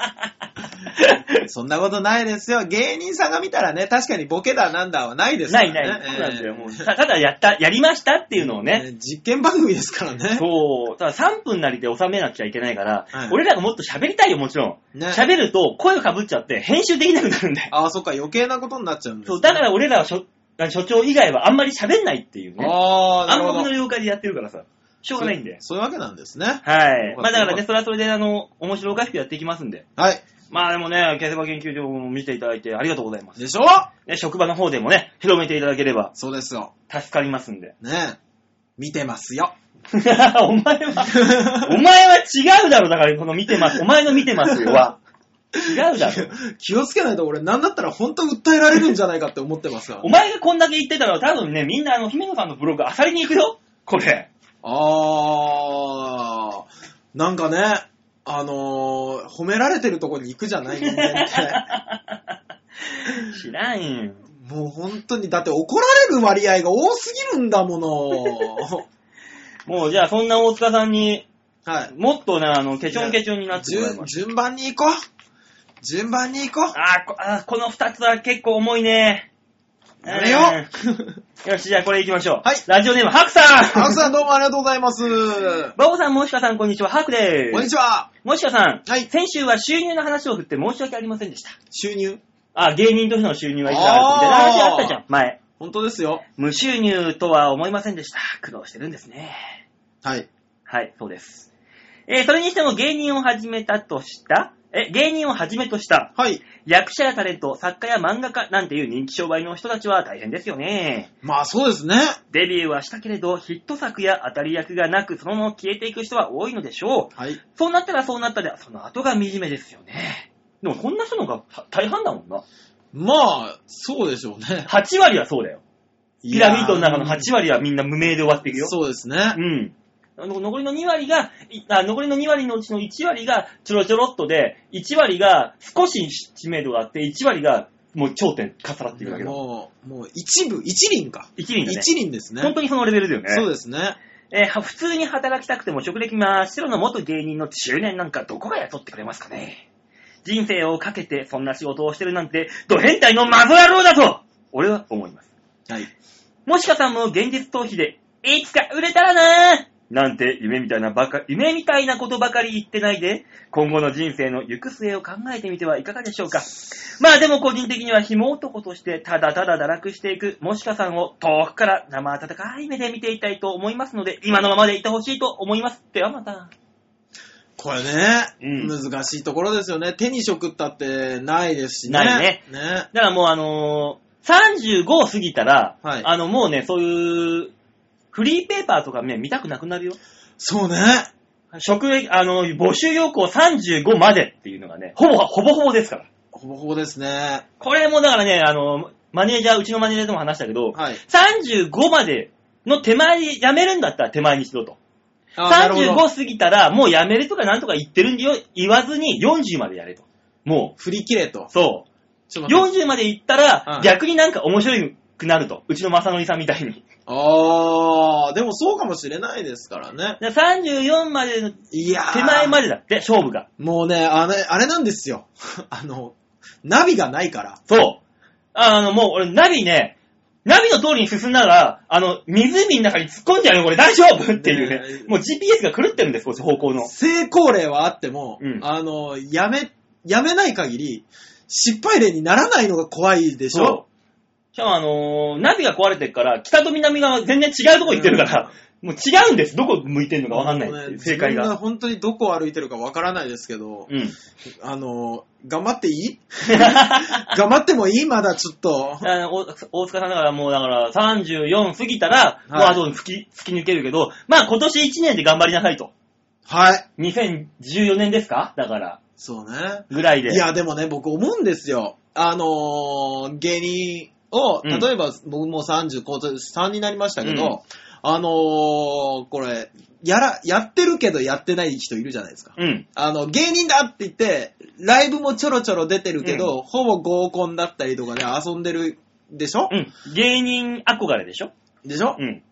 そんなことないですよ。芸人さんが見たらね、確かにボケだなんだはないですか
な
らね
い。ない。そうなんですよ。
えー
もうたただやった、やりましたっていうのをね、
えー実験番組ですからね。
そう。ただ3分なりで収めなきゃいけないから、
はい
俺らがもっと喋りたいよ、もちろん。
ね
喋、ると声をかぶっちゃって編集できなくなるんだよ。
ああ、そっか、余計なことになっちゃうんです、
そう、だから俺らは所所長以外はあんまり喋んないっていうね。
ああ、な
暗
るほ
黙
ど
の。了解でやってるからさ、しょうがないんで。
そうそういうわけなんですね。
はい。まあだから
よかった
ね、それはそれで、あの、面白おかしくやっていきますんで。
はい。
まあでもね、キャセバ研究所も見ていただいてありがとうございます。
でしょ
ね、職場の方でもね、広めていただければ
そうですよ。
助かりますんで。
ねえ。見てますよ。
お前 は、お前は違うだろ、だからこの見てます、お前の見てますよは。違うだろ。
気をつけないと俺、なんだったら本当訴えられるんじゃないかって思ってますから
お。前がこんだけ言ってたら、多分ね、みんなあの、姫野さんのブログ、あさりに行くよこれ。
あー、なんかね、あのー、褒められてるとこに行くじゃない人間って。
知らんよ。
もう本当に、だって怒られる割合が多すぎるんだ もの。
もうじゃあ、そんな大塚さんに、
はい。
もっとね、あの、ケチョンケチョンになってもらい
順
ます。
順番に行こう。順番に行こ
あ
う。
ーこあー、この二つは結構重いね。
あれよ。
うん よし、じゃあこれ行きましょう。
はい
ラジオネーム、ハクさん
青木さんどうもありがとうございます。
バオさん、もしかさん、こんにちは。ハクで
こん
す。
にちは。
もしかさん、
はい
先週は収入の話を振って申し訳ありませんでした。
収入。
あ、芸人としての収入はいくらあるみたいな話あったじゃん、前。
本当ですよ。
無収入とは思いませんでした。苦労してるんですね。
はい。
はい、そうです。えーそれにしても芸人を始めたとした、え、芸人を始めとした、
はい。
役者やタレント、作家や漫画家なんていう人気商売の人たちは大変ですよね。
まあそうですね。
デビューはしたけれど、ヒット作や当たり役がなく、そのまま消えていく人は多いのでしょう。
はい。
そうなったらそうなったで、その後が惨めですよね。でもこんな人の方が大半だもんな。
まあ、そうでしょうね。
8割はそうだよ。ピラミッドの中の
いやー
8割はみんな無名で終わっていくよ。
そうですね
う。ん。あの残りの2割が、いあ残りの2割のうちの1割がちょろちょろっとで、1割が少し知名度があって、1割がもう頂点重なっていくだけだ。
もう、もう一部、一輪か。
一輪だね。
一輪ですね。
本当にそのレベルだよね。
そうですね。
えーは普通に働きたくても職歴真っ白の元芸人の中年なんかどこが雇ってくれますかね人生をかけてそんな仕事をしてるなんて、ド変態のマゾ野郎だと俺は思います。
はい。
もしかさんも現実逃避で、いつか売れたらなぁなんて夢みたいなばか、夢みたいなことばかり言ってないで、今後の人生の行く末を考えてみてはいかがでしょうか。まあでも個人的には紐男としてただただ堕落していくもしかさんを遠くから生温かい目で見ていたいと思いますので、今のままでいてほしいと思います。ではまた。
これね、
うん
難しいところですよね。手に職ったってないですしね。
ないね。
ね。
だからもうあのー、35過ぎたら、
はい
あのもうね、そういう、フリーペーパーとかね、見たくなくなるよ。
そうね。
職域、あの、募集要項35までっていうのがね、ほぼ、ほぼほぼですから。
ほぼほぼですね。
これもだからね、あの、マネージャー、うちのマネージャーとも話したけど、
はい。
35までの手前に、辞めるんだったら手前にしろと。
あなるほど。
35過ぎたら、もう辞めるとかなんとか言ってるんでよ、言わずに40までやれと。も
振り切れと
う、。そう。
ちょっと待って。
40まで行ったら
う、ん
逆になんか面白くなると。うちの正則さんみたいに。
あー、でもそうかもしれないですからね。
で34までの
いやー。
手前までだって、勝負が。
もうね、あれ、あれなんですよ。 あの、ナビがないから。
そう。あの、もう俺、ナビね、ナビの通りに進んだら、あの、湖の中に突っ込んじゃうよ、これ大丈夫っていう
ね
ね。
え
もう GPS が狂ってるんです、こっち方向の。
成功例はあっても、
うん
あの、やめ、やめない限り、失敗例にならないのが怖いでしょ
しかもあのーナビが壊れてるから、北と南が全然違うとこ行ってるから、もう違うんです。どこ向いてるのかわかんないっていう、正解
自分が
が。
本当にどこを歩いてるかわからないですけど、
うん。
あの、頑張っていい 頑張ってもいいまだちょっと。
あのお大塚さんだからもうだから34過ぎたら、
い
もうあと突き、突き抜けるけど、まあ今年1年で頑張りなさいと。
はい。
2014年ですかだから、
そうね。
ぐらいで。
いや、でもね、僕思うんですよ。あのー芸人を、
うん
例えば僕も30、今年3になりましたけど、
うん
あのーこれ、やら、やってるけどやってない人いるじゃないですか。
うん。
あの、芸人だって言って、ライブもちょろちょろ出てるけど、ほぼ合コンだったりとかで遊んでるでしょ、
うん。芸人憧れでしょ
でしょ、
うん。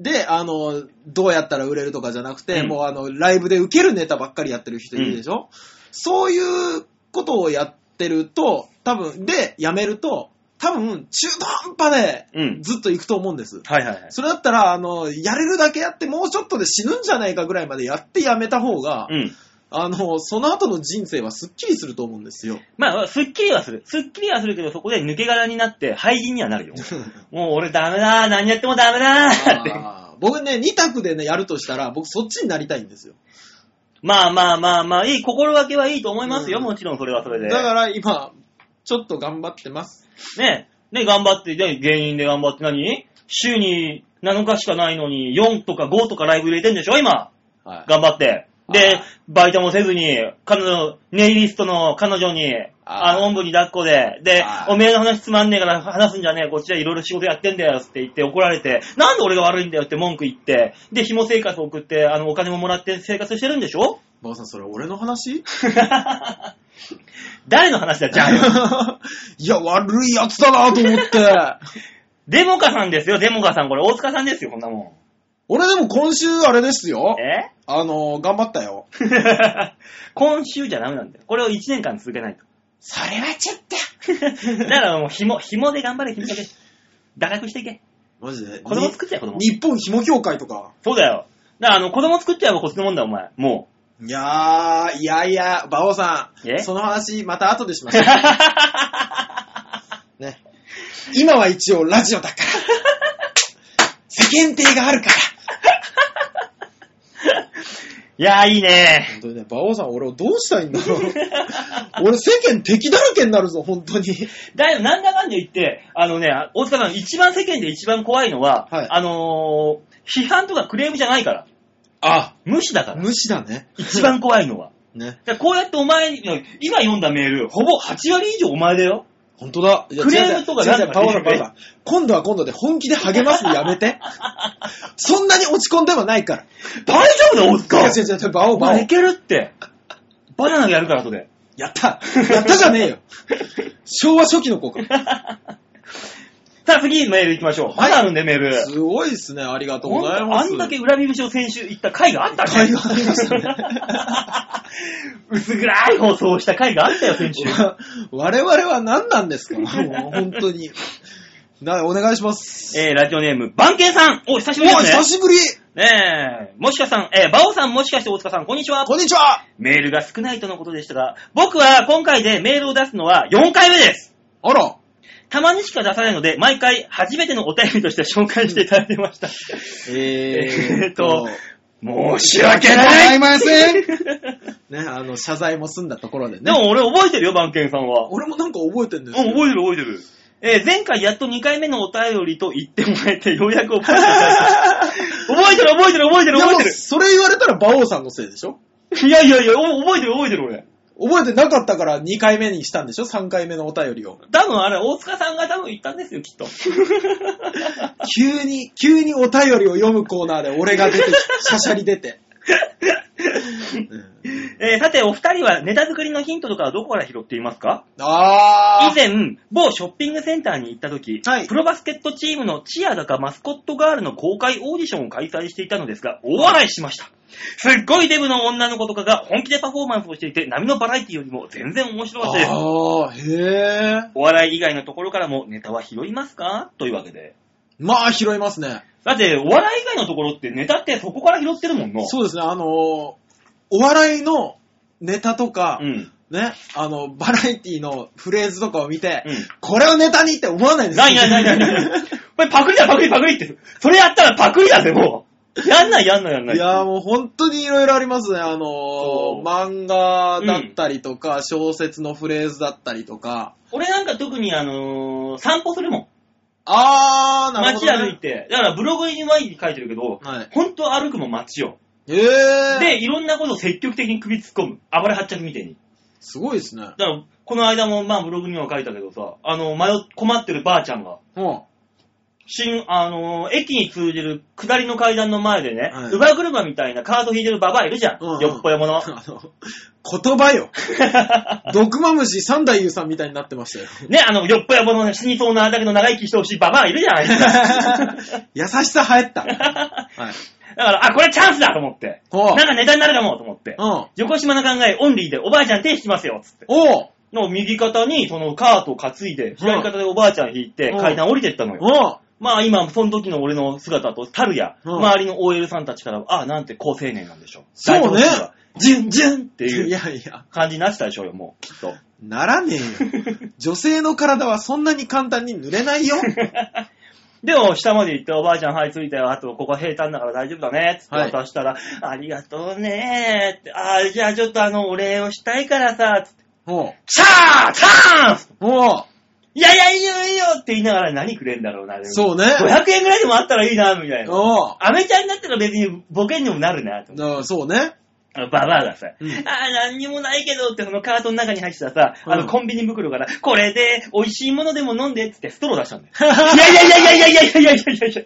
で、あの、どうやったら売れるとかじゃなくて、
うん
もうあの、ライブで受けるネタばっかりやってる人いるでしょ、そういうことをやってると、多分、で、やめると、多分、中途半端で
うん。
ずっと行くと思うんです。
はいはいはい。
それだったら、あの、やれるだけやって、もうちょっとで死ぬんじゃないかぐらいまでやってやめた方が、
うん。
あの、その後の人生はスッキリすると思うんです よ。
まあ、すっきりはする。すっきりはするけど、そこで抜け殻になって、廃人にはな るよ。もう俺ダメだ何やってもダメだって。
あー僕ね、2択でね、やるとしたら、僕そっちになりたいんですよ。
まあまあまあまあ、いい、心がけはいいと思いますよ。
うん
もちろんそれはそれで。
だから今、ちょっと頑張ってます。
ね、ね、頑張って、で、芸人で頑張って何週に7日しかないのに、4とか5とかライブ入れてんでしょ今
はい。
頑張って。で
あー、
バイトもせずに、彼女、ネイリストの彼女に、あ
あー
の、おんぶに抱っこで、で
あ、ー
おめえの話つまんねえから話すんじゃねえ、こっちはいろいろ仕事やってんだよって言って怒られて、なんで俺が悪いんだよって文句言って、で、紐生活送って、あの、お金ももらって生活してるんでしょ
バオさん、それ俺の話
誰の話だ、じゃあ。
いや、悪いやつだなと 思って。
デモカさんですよ、デモカさん。これ、大塚さんですよ、こんなも
俺でも今週あれですよ
ん。。え
あの、頑張ったよ。
今週じゃダメなんだよ。これを1年間続け ないと。
それはちょっと。
だからもう、紐、紐で頑張れ、紐だけ。堕落していけ。
マジで
子供作っちゃえ、子供。
日本紐協会とか。
そうだよ。だから、あの、子供作っちゃえばこっちのもんだよ、お前。も
いやー、いやいや、馬王さ
え
ん、その話また後でし ましょう。ね。今は一応ラジオだ から。世間体があるから。
う。 いやー、いいね
本当にね、馬王さん、俺をどうしたいんだ ろう。俺世間敵だらけになるぞ、本当に。
だいぶ、なんだかんだ言って、あのね、大塚さん、一番世間で一番怖いのは、
はい
あのー、批判とかクレームじゃないから。
あ、
無視だから。
無視だね。
一番怖いのは。
ね。
だからこうやってお前に、今読んだメール、ほぼ8割以上お前だよ。
本当だ。いや
クレームとか
違う違う
なん
パ
か
オラパオラ。今度は今度で本気で励ますのや めて。そんなに落ち込んではないから。
大丈夫だよ、大塚
違う違う違う、馬王
お
馬
前い
王。
けるって。バナナやるから、後で。
やったやったじゃねえよ。昭和初期の子か。
さあ、次メール行きましょう。ま
はい
だあるんで、メール。
すごいですね。ありがとうござい
ほんと
ま
あ
す。
んだけ恨み節を先週言った回があったね。
回がありましたね
薄暗い放送をした回があったよ、先 週。
わ 我々は何なんですかもう本当に。な、お願いします。
えー、ラジオネーム、番犬さん。お、久し
お
ぶりで
久
す
しぶり
ね。ねえ、もしかさん、えー、バオさん、もしかして大塚さん、こんにちは。
こんにちは
メールが少ないとのことでしたが、僕は今回でメールを出すのは4回目です。
あら、
たまにしか出さないので、毎回初めてのお便りとして紹介していただきました。ー
え
っと申し訳ない
いませんね、あの、謝罪も済んだところでね。
でも俺覚えてるよ、番犬さんは。
俺もなんか覚えてるん
う
で
ん、
すよ。
覚えてる覚えてる。えー前回やっと2回目のお便りと言ってもらえて、ようやく覚えてる。覚えてる覚えてる覚えてる
いや
覚
も
え
う
て
それ言われたら馬王さんのせいでしょ
る。いやいやいや、お覚えてる覚えてる俺。
覚えてなかったから2回目にしたんでしょ ?3 回目のお便りを。
多分あれ、大塚さんが多分言ったんですよ、き っと。
急に、急にお便りを読むコーナーで俺が出てきて、しゃしゃり出て。うん
えーさて、お二人はネタ作りのヒントとかはどこから拾っていますか
あ
以
ー。
前、某ショッピングセンターに行った時、
はい
プロバスケットチームのチアだかマスコットガールの公開オーディションを開催していたのですが、大笑いしました。すっごいデブの女の子とかが本気でパフォーマンスをしていて、波のバラエティよりも全然面白かったです。
あー、へー。
お笑い以外のところからもネタは拾いますかというわけで。
まあ、拾いますね。
だって、お笑い以外のところってネタってそこから拾ってるもんの。
そうですね、あのーお笑いのネタとか、
うん。
ね、あの、バラエティのフレーズとかを見て、
うん
これをネタにって思わないです
ないないないない ない。これパクリだパクリパクリって。それやったらパクリだぜ、もう。やんないやんないやんない。
いやーもう本当にいろいろありますね。あの
そう
ー、漫画だったりとか、小説のフレーズだったりとか。
俺なんか特にあのー散歩するもん。
あー、なる
街
ほど、ね。
歩いて、だからブログに毎日書いてるけど、
はい。
本当歩くも街を。
えー。
で、いろんなことを積極的に首突っ込む。暴れ発着みたいに。
すごいですね。
だから、この間もまあブログには書いたけどさ、あの、迷っ、困ってるばあちゃんが、
うん。
新、あのー駅に通じる下りの階段の前でね、
はいう
ば車みたいなカード引いてるババアいるじゃん。
うんうん
よっぽよ もの。
あの、言葉 よ。毒マムシ三代優さんみたいになってました よ。
ね、あの、よっぽよものね死にそうなだけの長生きしてほしいババアいるじゃん、あいつ
優しさ流行 った。はい。
だから、あ、これチャンスだと思って。
おう
なんかネタになるかもと思って。
うん。
横島の考え、オンリーでおばあちゃん手引きますよ、つって。
おう
の右肩にそのカートを担いで、左肩でおばあちゃん引いて
うん
階段降りてったのよ。
おう
まあ今、その時の俺の姿と、タルや、
うん
周りの OL さんたちから、ああ、なんて高青年なんでしょう。
そうね
大丈夫ですか。ジュンジュンって
い
いう
やいや、
感じになってたでしょうよ、もう、きっ と。
ならねえよ。女性の体はそんなに簡単に濡れ ないよ。
でも、下まで行って、おばあちゃん、はい、ついたよ。あと、ここ平坦だから大丈夫だね。つって
はい
渡したら、ありがとうねって、あーじゃあちょっとあの、お礼をしたいからさ、つって、
おう
チャーチャンス
おう
いやいや、いいよいいよって言いながら何くれんだろうな。う。
そうね。
500円ぐらいでもあったらいいな、みたいな。
おう
アメちゃんになったら別にボケにもなるな、と思って。
うんそうね。
あのババアがさ、
うん
あー何にもないけどって、そのカートの中に入ってたさ、あ
う
の、
ん
コンビニ袋から、これで美味しいものでも飲んでっつってストロー出したんだよ。 いやいやいやいやいやいやいやいやいやいや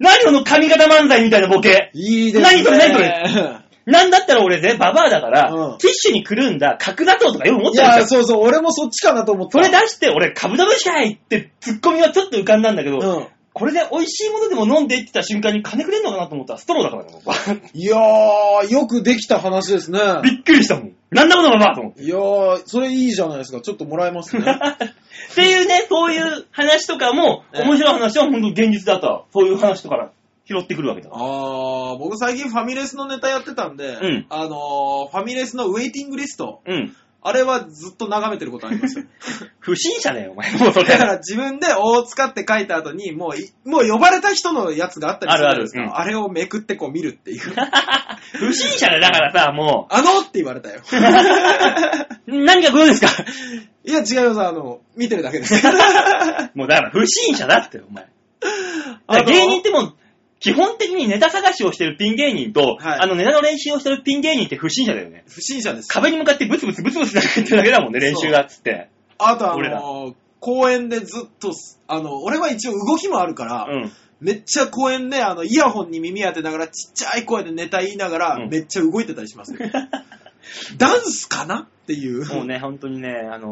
何その髪型漫才みたいなボケ。
いいですね。
何それ何そなんだったら俺ね、ババアだから、
うん
ティッシュにくるんだ角砂糖とかよく持っ
い
てた
や、
んですよ。
そうそう、俺もそっちかなと思った。
それ出して、俺、カブダムシかいってツッコミはちょっと浮かんだんだけど、
うん。
これで美味しいものでも飲んでって言った瞬間に金くれんのかなと思ったらストローだからね、僕
いやー、よくできた話ですね。
びっくりしたもん。なんだこのババアと思って。
いやー、それいいじゃないですか。ちょっともらえます ね。
っていうね、そういう話とかも、
ええ
面白い話は本当現実だった。そういう話とかから拾ってくるわけだ。
あー、僕最近ファミレスのネタやってたんで、
うん
あのー、ファミレスのウェイティングリスト、
うん。
あれはずっと眺めてることあり ますよ。
不審者だよ、お前。もうそ
だ
れ。
から自分で大塚って書いた後に、もうい、もう呼ばれた人のやつがあったりするじゃないですか。
あるあ
あれをめくってこう見るっていう。
不審者だよ、だからさ、も
あのって言われたよ。
う。何かご用ですか
いや、違います。あの、見てるだけです。
もうだから不審者だって、お前。
あ
だから
の
芸人ってもう、基本的にネタ探しをしてるピン芸人と、
はい
あのネタの練習をしてるピン芸人って不審者だよね。
不審者です。
壁に向かってブツブツブツブツなんか言ってるだけだもんね、練習がっつって。
あとあ
俺ら
のー、公園でずっとす、あの、俺は一応動きもあるから、
うん。
めっちゃ公園で、あの、イヤホンに耳当てながら、ちっちゃい声でネタ言いながら、
うん
めっちゃ動いてたりし ますよ。ダンスかなっていう。
もうね、本当にね、あの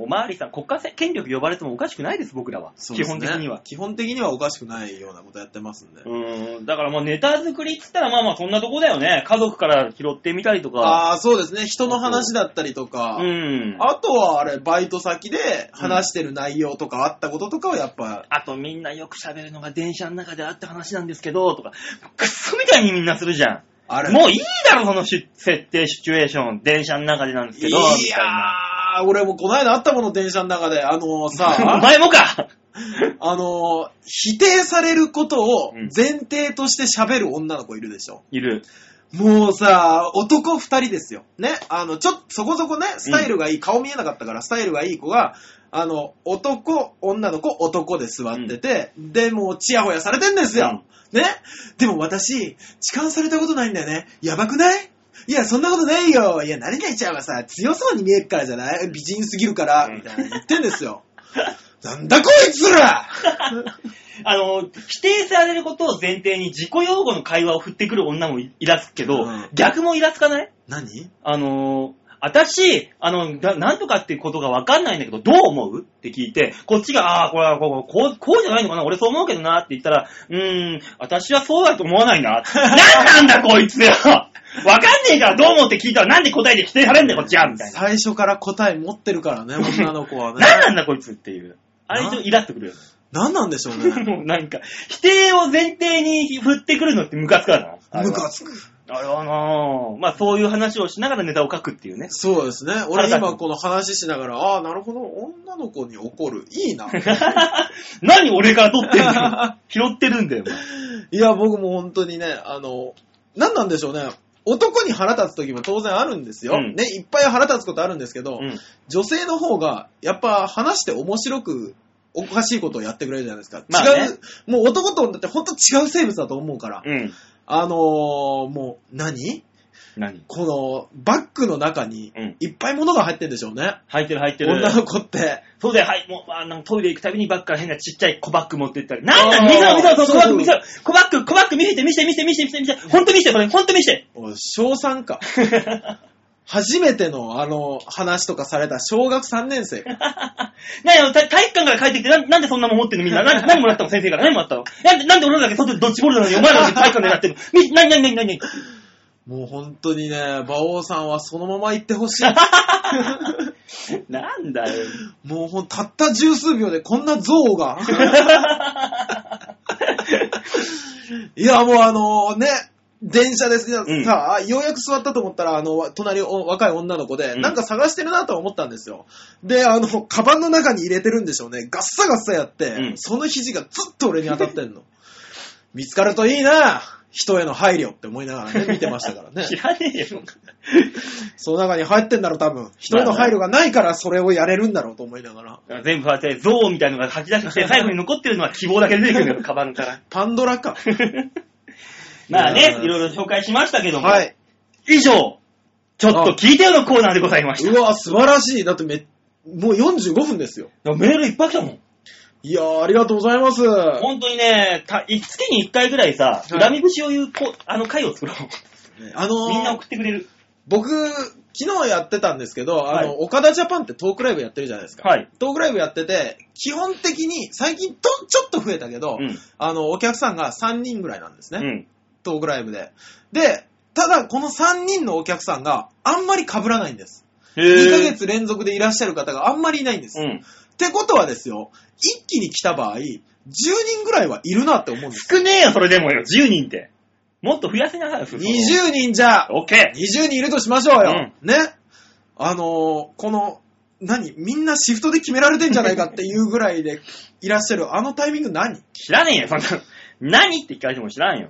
ーおまわりさん、国家権力呼ばれてもおかしくないです、僕らは。
そう
基
ですね
本的には。
基本的にはおかしくないようなことやってますんで。
うーん、だからもうネタ作りっつったら、まあまあそんなとこだよね。家族から拾ってみたりとか。
ああ、そうですね。人の話だったりとか、
うん。
あとはあれ、バイト先で話してる内容とかあったこととかはやっぱ、
あとみんなよく喋るのが電車の中であった話なんですけど、とか、くっそみたいにみんなするじゃ
あれ、
ん。もういいだろ、そのし設定、シチュエーション。電車の中でなんですけど、み
いや
たいな。
ー、俺もこの間あったもの、電車の中で。あのー
お
さ、
前もか
あのー否定されることを
うん
前提として喋る女の子いるでしょ。
いる。
もうさ、男二人ですよ。ね。あの、ちょっとそこそこね、スタイルがいい、顔見えなかったから、スタイルがいい子が、あの、男、女の子、男で座ってて、で、もう、チヤホヤされてんですよ。ね。でも私、痴漢されたことないんだよね。やばくないいや、そんなことないよ。いや、何々ちゃんはさ、強そうに見えるからじゃない美人すぎるから、
うん
みたいな言ってんで すよ。なんだこいつら
あの、否定されることを前提に自己用語の会話を振ってくる女もいらつくけど、
うん
逆もいらつかない
何
あのー、私、あの、ななんとかってことがわかんないんだけど、どう思うって聞いて、こっちが、ああー、これはこう、こう、こうじゃないのかな俺そう思うけどなって言ったら、うーん、私はそうだと思わないな。なんなんだこいつよわかんねえからどう思うって聞いたらなんで答えで否定されんだよ、こっちはみたいな。
最初から答え持ってるか らね、女の子はね。
なんなんだこいつっていう。あれちょっとイラっとくるよね。
何なんでしょうね。
もうなんか、否定を前提に振ってくるのってムカつくからな。
ムカつく。
あれはなぁ。まあそういう話をしながらネタを書くっていうね。
そうですね。俺
腹立
今この話しながら、ああ、なるほど、女の子に怒る。い いな。
何俺から取ってんの拾ってるんだよ。
いや、僕も本当にね、あの、何なんでしょうね。男に腹立つ時も当然あるんですよ。
うん
ね、いっぱい腹立つことあるんですけど、
うん。
女性の方が、やっぱ話して面白く、おかしいことをやってくれるじゃないですか。
まあね
違う、もう男と女って本当違う生物だと思うから、
うん。
あのー、もう何、
何
このバッグの中に
うん
いっぱい物が入ってんでしょうね。
入ってる入ってる。
女の子って。
そうだよ、はい、もう、あなんかトイレ行くたびにバッグから変なちっちゃい小バッグ持ってったり。なんだ、見せろ見せろ、小
そう
バ
そ
ッ
う
グ見せろ、小バッグ、小バッグ見せて見せて見せて見せて見せて見せて、ほんと見せて、これ、ほんと見せて。
おい小3か。初めてのあの話とかされた小学3年生か。
なよ、体体育館から帰ってきて、なんなんでそんなもん持ってんのみん な。なんで何もらったの先生から何もらったのなんで、なんで俺らだけ外でドッジボールなのに、お前らだけ体育館でやってるのみ、なになになになに
もう本当にね、馬王さんはそのまま行ってほしい。
なんだよ。
もうほんたった十数秒でこんな 像が。いや、もうあのね、電車ですさ、
うん
ようやく座ったと思ったら、あの、わ隣お若い女の子で、
うん
なんか探してるなとは思ったんですよ。で、あの、カバンの中に入れてるんでしょうね。ガッサガッサやって、
うん
その肘がずっと俺に当たってんの。見つかるといいな人への配慮って思いながらね、見てましたからね
知。らねえ よ。
その中に入ってんだろ、多分。人への配慮がないから、それをやれるんだろうと思いながら。
全部こうやって、象みたいなのが吐き出してきて、最後に残ってるのは希望だけ出てくる のよ、カバンから。
パンドラか。
まあ
い
ね
や、ー
いろいろ紹介しましたけども。
はい。
以上、ちょっと聞いてよのコーナーでございました。
うわ、素晴らしい。だってめ、もう45分ですよ。
メールいっぱい来たもん。
いやー、ありがとうございます。
本当にね、た月に1回ぐらいさ、
はい
恨み節を言うこ、あの回を作ろう。
あのー
みんな送ってくれる。
僕、昨日やってたんですけど、あの、
はい
岡田ジャパンってトークライブやってるじゃないですか。
はい。
トークライブやってて、基本的に、最近と、ちょっと増えたけど、
うん。
あの、お客さんが3人ぐらいなんですね。
うん。
トークライブで。で、ただ、この3人のお客さんがあんまり被らないんです。
へ
2ヶ
ぇ
月連続でいらっしゃる方があんまりいないんです。
う
っ
ん。
てことはですよ、一気に来た場合、10人ぐらいはいるなって思うんです
少ねえよ、それでもよ。10人って。もっと増やせなさいよ、
20人じゃ、
オッケー。
20人いるとしましょうよ。ね。あのーこの、何みんなシフトで決められてんじゃないかっていうぐらいでいらっしゃる、あのタイミング何っ
知らねえよ、そんな。何って聞かれても知らんよ。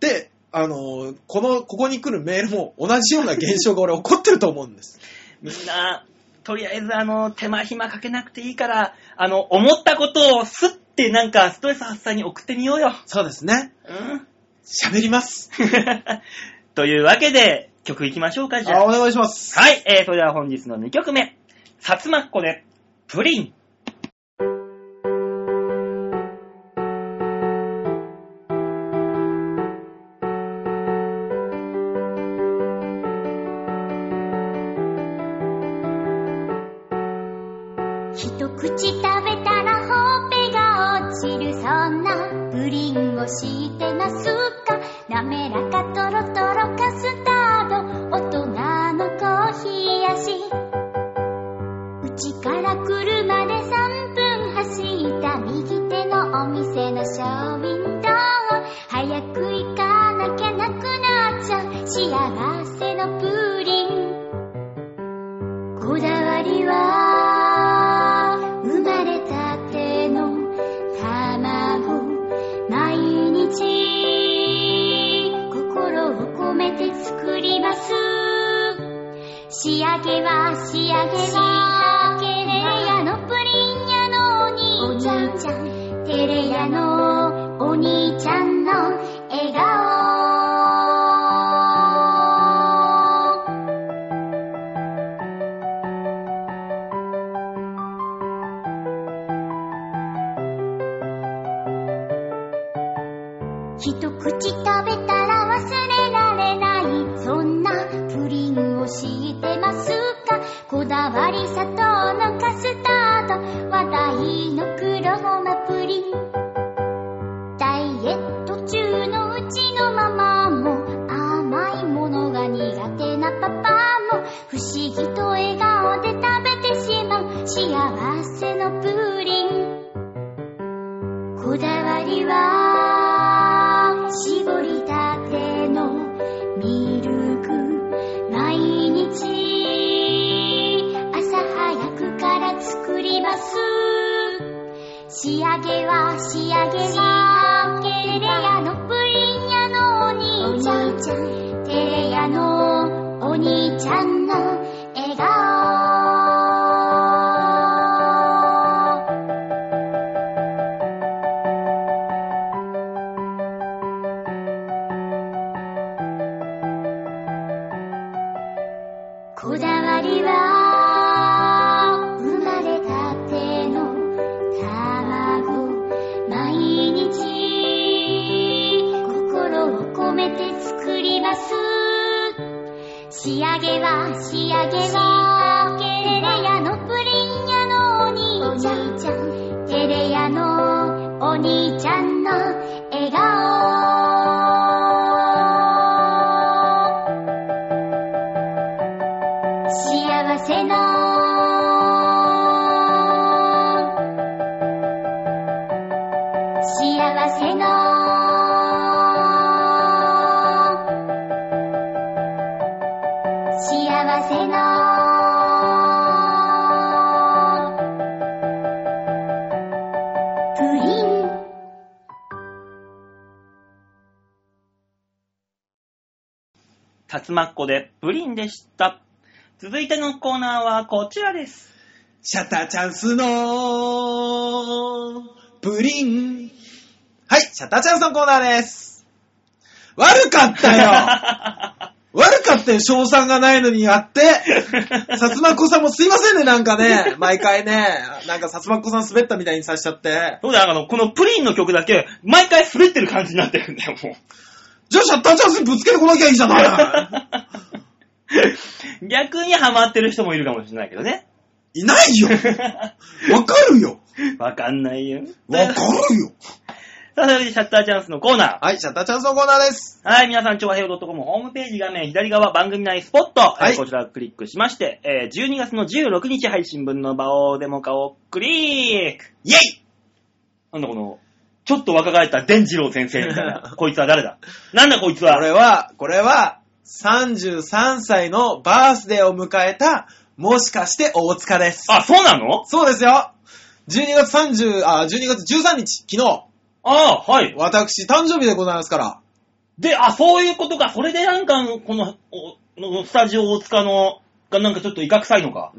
て、あのーこの、ここに来るメールも同じような現象が俺起こってると思うんです。
みんな、とりあえずあの、手間暇かけなくていいから、あの、思ったことをすってなんかストレス発散に送ってみようよ。
そうですね。
うん。
喋ります。
というわけで、曲いきましょうか、じゃ
あ、
あ。
お願いします。
はい、えー、それでは本日の2曲目。さつまっこで、プリン。
一口食べたらほっぺが落ちるそんなプリンをしてますか滑らかトロトロカスタード大人のコーヒー味うちから車で3分走った右手のお店のショーウィンドウ早く行かなきゃなくなっちゃう幸せのプリンこだわりは生まれたての卵毎日心を込めて作ります仕上げは仕上げはテレヤのプリン屋のお兄ちゃんテレヤのお兄ちゃんの笑顔一口食べたら忘れられないそんなプリンを知ってますかこだわり砂糖のカスタード話題の黒ごまプリンダイエット中のうちのママも甘いものが苦手なパパも不思議と笑顔で食べてしまう幸せのプリンこだわりは絞りたてのミルク毎日朝早くから作ります仕上げは仕上げはテレヤのプリン屋のお兄ちゃんテレヤのお兄ちゃんの笑顔作ります仕上げは仕上げはテレヤのプリン屋のお兄ちゃんテレヤのお兄ちゃんの笑顔幸せの幸せの幸せのプリン
竜巻子でプリンでした。続いてのコーナーはこちらです。
シャッターチャンスのプリン。はい、シャッターチャンスのコーナーです。悪かったよ悪かったよ、賞賛がないのにやって。薩摩子さんもすいませんね、なんかね。毎回ね。なんか薩摩子さん滑ったみたいにさせちゃって。
そうだよ、あの、このプリンの曲だけ、毎回滑ってる感じになってるんだよ、もう。
じゃあシャッターチャンスにぶつけてこなきゃいいじゃない。
逆にハマってる人もいるかもしれないけどね。
いないよ。わかるよ。
わかんないよ。
わかるよ。
さあ、それではシャッターチャンスのコーナー。
はい、シャッターチャンスのコーナーです。
はい、皆さん、超平洋 .com ホームページ画面左側番組内スポット、
はい
えーこちらをクリックしまして、えー12月の16日配信分の場をデモ化をクリック
イェイ
なんだこの、ちょっと若返った伝次郎先生みたいな。こいつは誰だなんだこいつ
これ
は
は、これは、33歳のバースデーを迎えた、もしかして大塚です。
あ、そうなの
そうですよ。12月30、あ、12月13日、昨日、
ああ、はい。
私誕生日でございますから。
で、あ、そういうことか。それでなんか、この、おのスタジオ大塚の、がなんかちょっと威嚇臭いのか。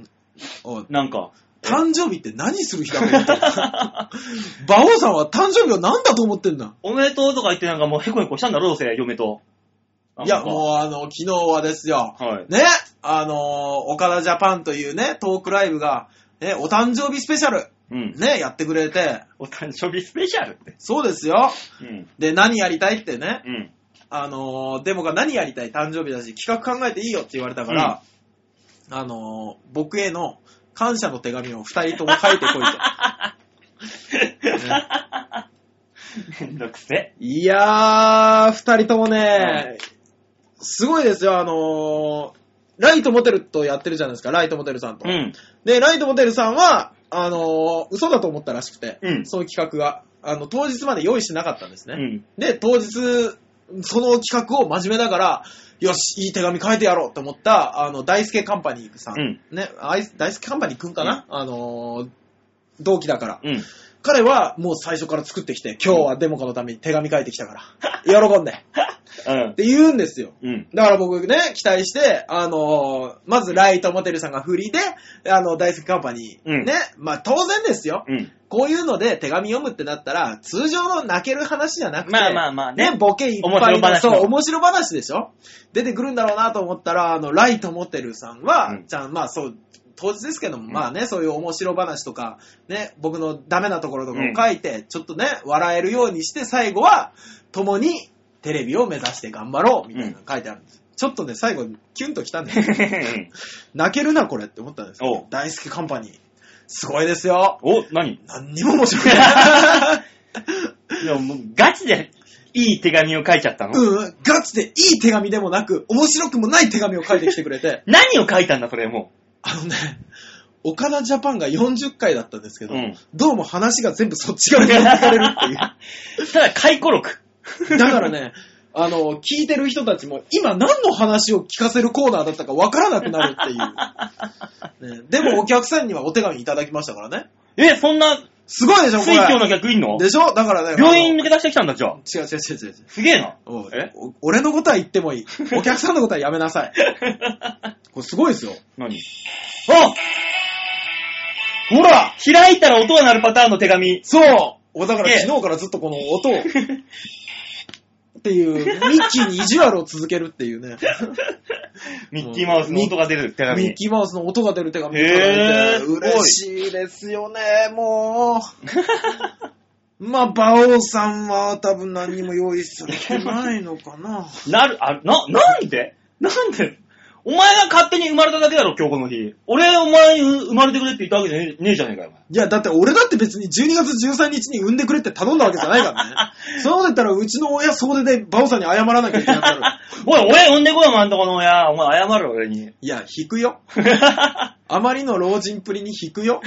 おい
なんか。
誕生日って何する日だと思 ってんだ馬王さんは誕生日を何だと思ってんだ
おめでとうとか言ってなんかもうヘコヘコしたんだろ、どうせ、嫁と。
いや、もうあの、昨日はですよ。
はい。
ね、あのー岡田ジャパンというね、トークライブが、ね、お誕生日スペシャル、
うん。
ね、やってくれて、
お誕生日スペシャルって。
そうですよ。
うん。
で、何やりたいってね、
うん。
あのーデモが何やりたい誕生日だし、企画考えていいよって言われたから、あのー僕への感謝の手紙を二人とも書いてこいと。ね
めんどくせ。
いやー、二人ともね、すごいですよ、あのーライトモテルとやってるじゃないですか、ライトモテルさんと。
うん。
で、ライトモテルさんは、あのー嘘だと思ったらしくて、
うん
そういう企画が。あの、当日まで用意してなかったんですね。
うん。
で、当日、その企画を真面目だから、よし、いい手紙書いてやろうと思った、あの、大輔カンパニーさん。
うん
ね、あい大輔カンパニーくんかな、あのー同期だから。
うん。
彼はもう最初から作ってきて、今日はデモカのために手紙書いてきた から、喜んで。って言うんですよ。
うん。
だから僕ね、期待して、あのーまずライトモテルさんが振りで、あの、大輔カンパニー、
うん
ね、まあ当然ですよ。
うん。
こういうので手紙読むってなったら、通常の泣ける話じゃなくて、
まあまあまあね
ね、ボケいっぱ
面
い
白話
の、
の
そう、面白話でしょ出てくるんだろうなと思ったら、あの、ライトモテルさんは、
うん
じゃあまあそう、当日ですけども、まあね、そういう面白話とか、ね、僕のダメなところとかを書いて、ちょっとね、笑えるようにして、最後は、共にテレビを目指して頑張ろう、みたいなの書いてあるんです。ちょっとね、最後、キュンときたんですよ泣けるな、これって思ったんですけ
おう
ど、大好きカンパニー。すごいですよ。
お、何
何にも面白く ない。
いや、もうガチでいい手紙を書いちゃったの、、
うん、ガチでいい手紙でもなく、面白くもない手紙を書いてきてくれて
何を書いたんだ、それも
あのね、岡田ジャパンが40回だったんですけ
う。
ど、
うん。
どうも話が全部そっち側に持ってかれるってい
ただ、回顧録。
う。だからね、あの、聞いてる人たちも今何の話を聞かせるコーナーだったかわからなくなるっていう、ね。でもお客さんにはお手紙いただきましたからね。
え、そんな、
すごいでしょ、こ
水教
れ。
の客いんの
でしょだからね。
病院抜け出してきたんだ、じゃあ。
あの違う違う違う違う違う。
すげえな。
おう
え
お俺のことは言ってもい い。お客さんのことはやめなさい。これすごいですよ。
何あ
ほら
開いたら音が鳴るパターンの手紙。
そうおだか
ええ
ら昨日からずっとこの 音を。っていう、ミッキーに意地悪を続けるっていうね。
ミッキーマウスの音が出る手
ミッ
紙。
キーマウスの音が出る手紙
へー
嬉しいですよね、も う。まあ、馬王さんは多分何にも用意されてないのかな。
なる、あ、な、なんでなんでお前が勝手に生まれただけだろ、今日この日。俺、お前に生まれてくれって言ったわけじゃねえねえじゃねえかよ、お前。
いや、だって俺だって別に12月13日に産んでくれって頼んだわけじゃない からね。そうだったらうちの親総出で馬王さんに謝らなきゃいけなくなる。
おい、親呼んでこい、お前んとこの親。お前謝る、俺 に。
いや、引くよ。あまりの老人っぷりに引くよ。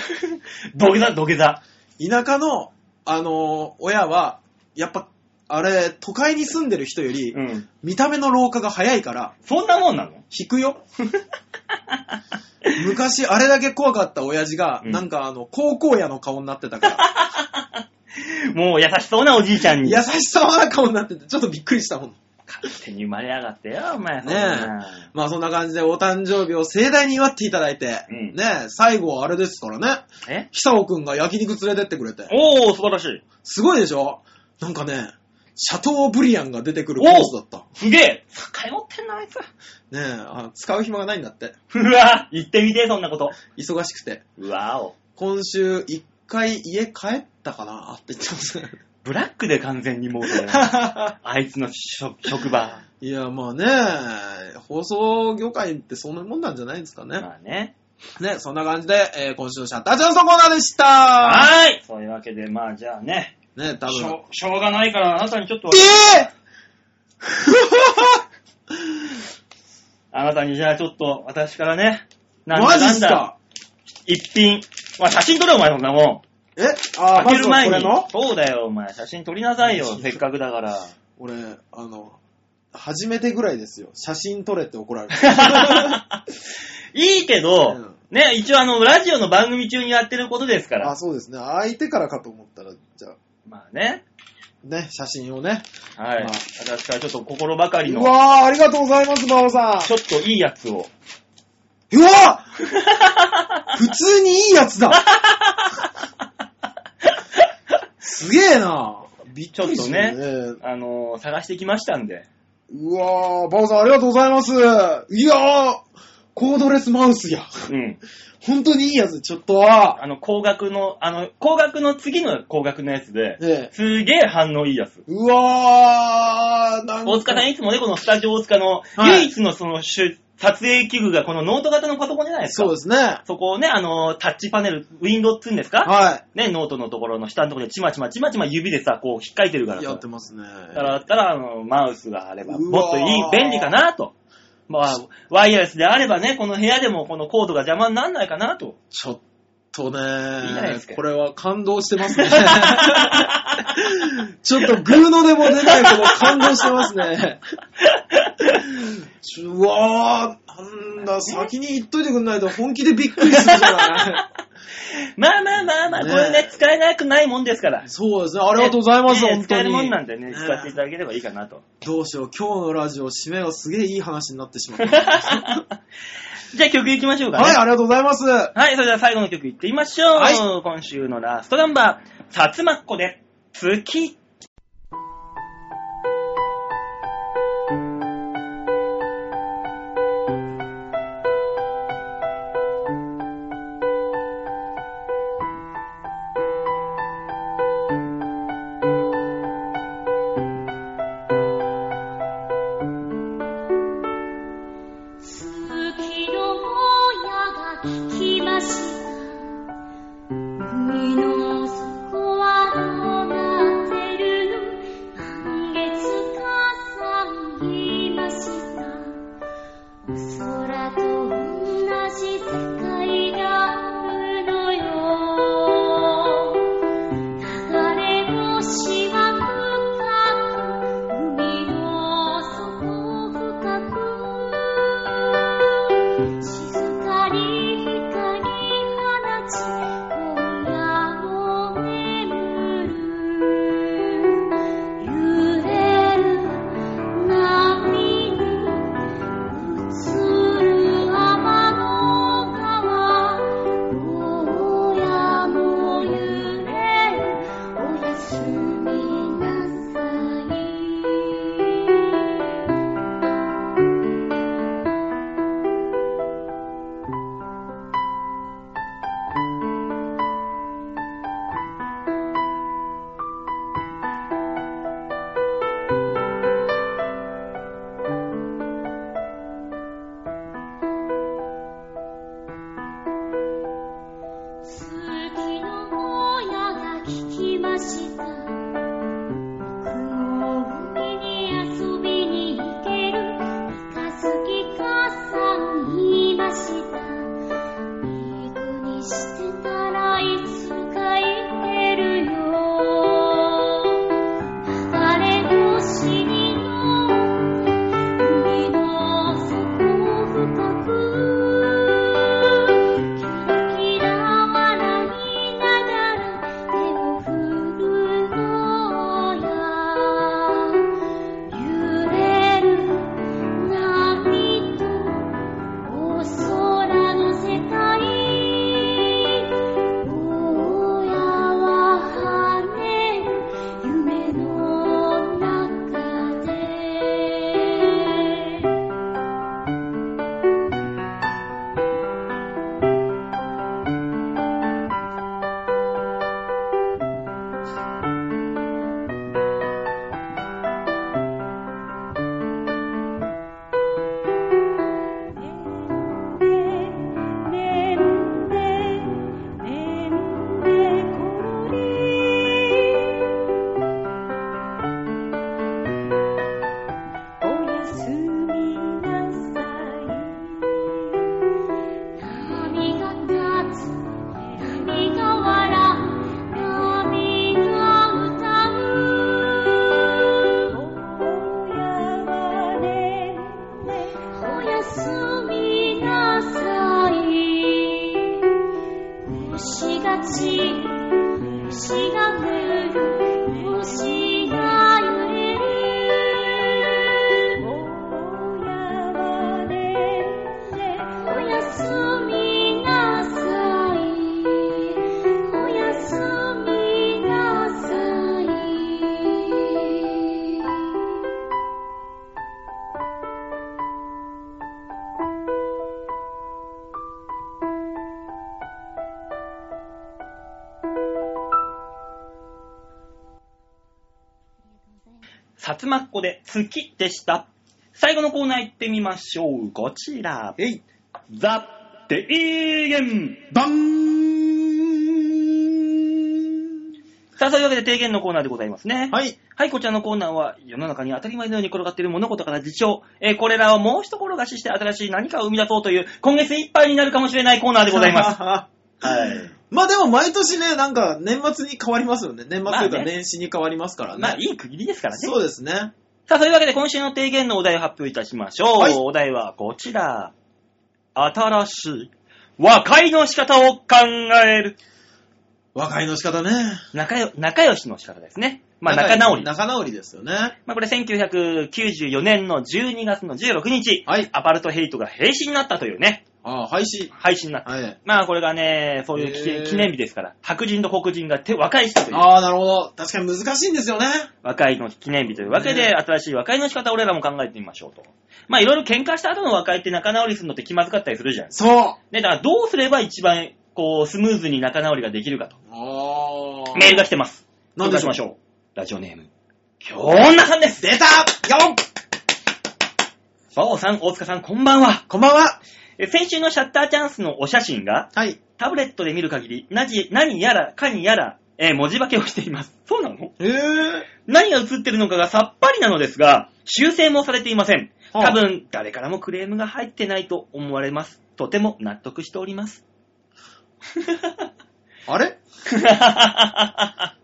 土下座、土下座。
田舎の、あのー親は、やっぱ、あれ、都会に住んでる人より、
うん。
見た目の老化が早いから、
そんなもんなの
引く よ。昔、あれだけ怖かった親父が、
うん
なんかあの、高校野の顔になってたから、
もう優しそうなおじいちゃんに。
優しそうな顔になってて、ちょっとびっくりしたもん。
勝手に生まれやがってよ、お前。
ねえ。まあそんな感じでお誕生日を盛大に祝っていただいて、
うん
ねえ、最後はあれですからね、
え。え
久尾くんが焼肉連れてってくれて、
おー、素晴らしい。
すごいでしょなんかね、シャトーブリアンが出てくるコースだった。
すげえ。栄持ってんな、あいつ。
ねえ、あの使う暇がないんだって。
うわ、言ってみて、そんなこと。
忙しくて。
うわお。
今週、一回家帰ったかなって言ってます。
ブラックで完全にもうそれあいつの職職場。
いや、まあね、放送業界ってそんなもんなんじゃないですかね。
まあね。
ね、そんな感じで、えー今週のシャッターチャンスのコーナーでした
はーい。そういうわけで、まあじゃあね。
ね、多
し
分。
ょしょうがないから、あなたにちょっと、
え
あなたにじゃあちょっと、私からね。
ぇ、
なんだ
マジっす
なんだ
か
一品。まあ写真撮れお前そんなもん。
えあー、ま
開け
ず
る
は
前
これ
に
の。
そうだよ、お前。写真撮りなさいよ、せっかくだから。
俺、あの、初めてぐらいですよ。写真撮れって怒ら れる。
いいけど、
うん
ね、一応あの、ラジオの番組中にやってることですから。
あ、そうですね。相手からかと思ったら、じゃあ、
まあね。
ね、写真をね。
はい。
まあ
私からちょっと心ばかり
う
の、
わー、ありがとうございます、馬尾さん。
ちょっといいやつを。
うわー 普通にいいや つだすげえなびっくりした
ちあのー探してきましたんで。
うわー、バオさんありがとうございます。いやー、コードレスマウスや。
うん。
本当にいいやつ、ちょっとは。
あの、高額の、あの、高額の次の高額のやつで、
ええ
すげえ反応いいやつ。
うわー、なんか。
大塚さんいつもね、このスタジオ大塚の、
はい
唯一のそのし、撮影器具がこのノート型のパソコンじゃないですか。
そうですね。
そこをね、あのー、タッチパネル、ウィンドウっつうんですか
は
ね、ノートのところの下のところでちまちまちまちま指でさ、こう引っかいてるから
い。
さ。
やってますね。
だから、だったら、あの、マウスがあれば、
うわー
もっといい、便利かなと。まあ、ワイヤレスであればね、この部屋でもこのコードが邪魔にならないかなと。
ちょっとね
いいじゃないですか
これは感動してますね。 ちょっとグーのでも出ないほど感動してますね。ちょうわー、なんだ、先に言っといてくんないと本気でびっくりするじゃない。
まあまあまあまあ、
ね
これね、使えなくないもんですから。
そうですね、ありがとうございます、
ね
本
使
当
えるもん
に
な。んでね、使っていただければいいかなと。
どうしよう、今日のラジオ、締めがすげえいい話になってしまった。はい、
じゃあ曲いきましょうかね。
ありがとうございます。
はい、それでは最後の曲いってみましょう。
はい
今週のラストナンバー、さつまっこで、月。
月のもやが来ました海の底はどうなってるの満月が咲きました空と同じ世界があるのよ流れ星は深く海の底深く静かに光放ち今夜も眠る揺れる波に映る雨の川
さつまっこで好きでした。最後のコーナー行ってみましょう。こちら。
えい。
ザ・提言
バン
さあ、そういうわけで提言のコーナーでございますね。
はい。
はい、こちらのコーナーは、世の中に当たり前のように転がっている物事から事象、えーこれらをもう一転がしして新しい何かを生み出そうという、今月いっぱいになるかもしれないコーナーでございま す。
す。
はい。
まあでも毎年ね、なんか年末に変わりますよね。年末という
まあ
か
ね
年始に変わりますからね。
まあ、いい区切りですからね。
そうですね。
さあ、そういうわけで今週の提言のお題を発表いたしましょう。
はい
お題はこちら。新しい和解の仕方を考える。
和解の仕方ね。
仲よ仲良しの仕方ですね。まあ、仲直り。
仲直りですよね。
まあ、これ1994年の12月の16日、
はい。
アパルトヘイトが廃止になったというね、
ああ、廃止。
廃止になった。
はい。
まあこれがね、そういう記
へー
記念日ですから、白人と黒人が手和解したという、
ああ、なるほど。確かに難しいんですよね。
和解の記念日というわけで、
ね
新しい和解の仕方を俺らも考えてみましょうと。まあいろいろ喧嘩した後の和解って仲直りするのって気まずかったりするじゃないですか
そう。
ね、だからどうすれば一番、こう、スムーズに仲直りができるかと。
ああ。
メールが来てます。
何でし
紹介し
ょう
ましょう。ラジオネーム、京女さんです。
出たよっ
そうさん、大塚さん、こんばんは。
こんばんは。
え先週のシャッターチャンスのお写真が、
はい。
タブレットで見る限り、なじ、何やら、かにやら、えー文字化けをしています。そうなの
ええ。
何が映ってるのかがさっぱりなのですが、修正もされていません。
はあ
多分、誰からもクレームが入ってないと思われます。とても納得しており ます。
あれ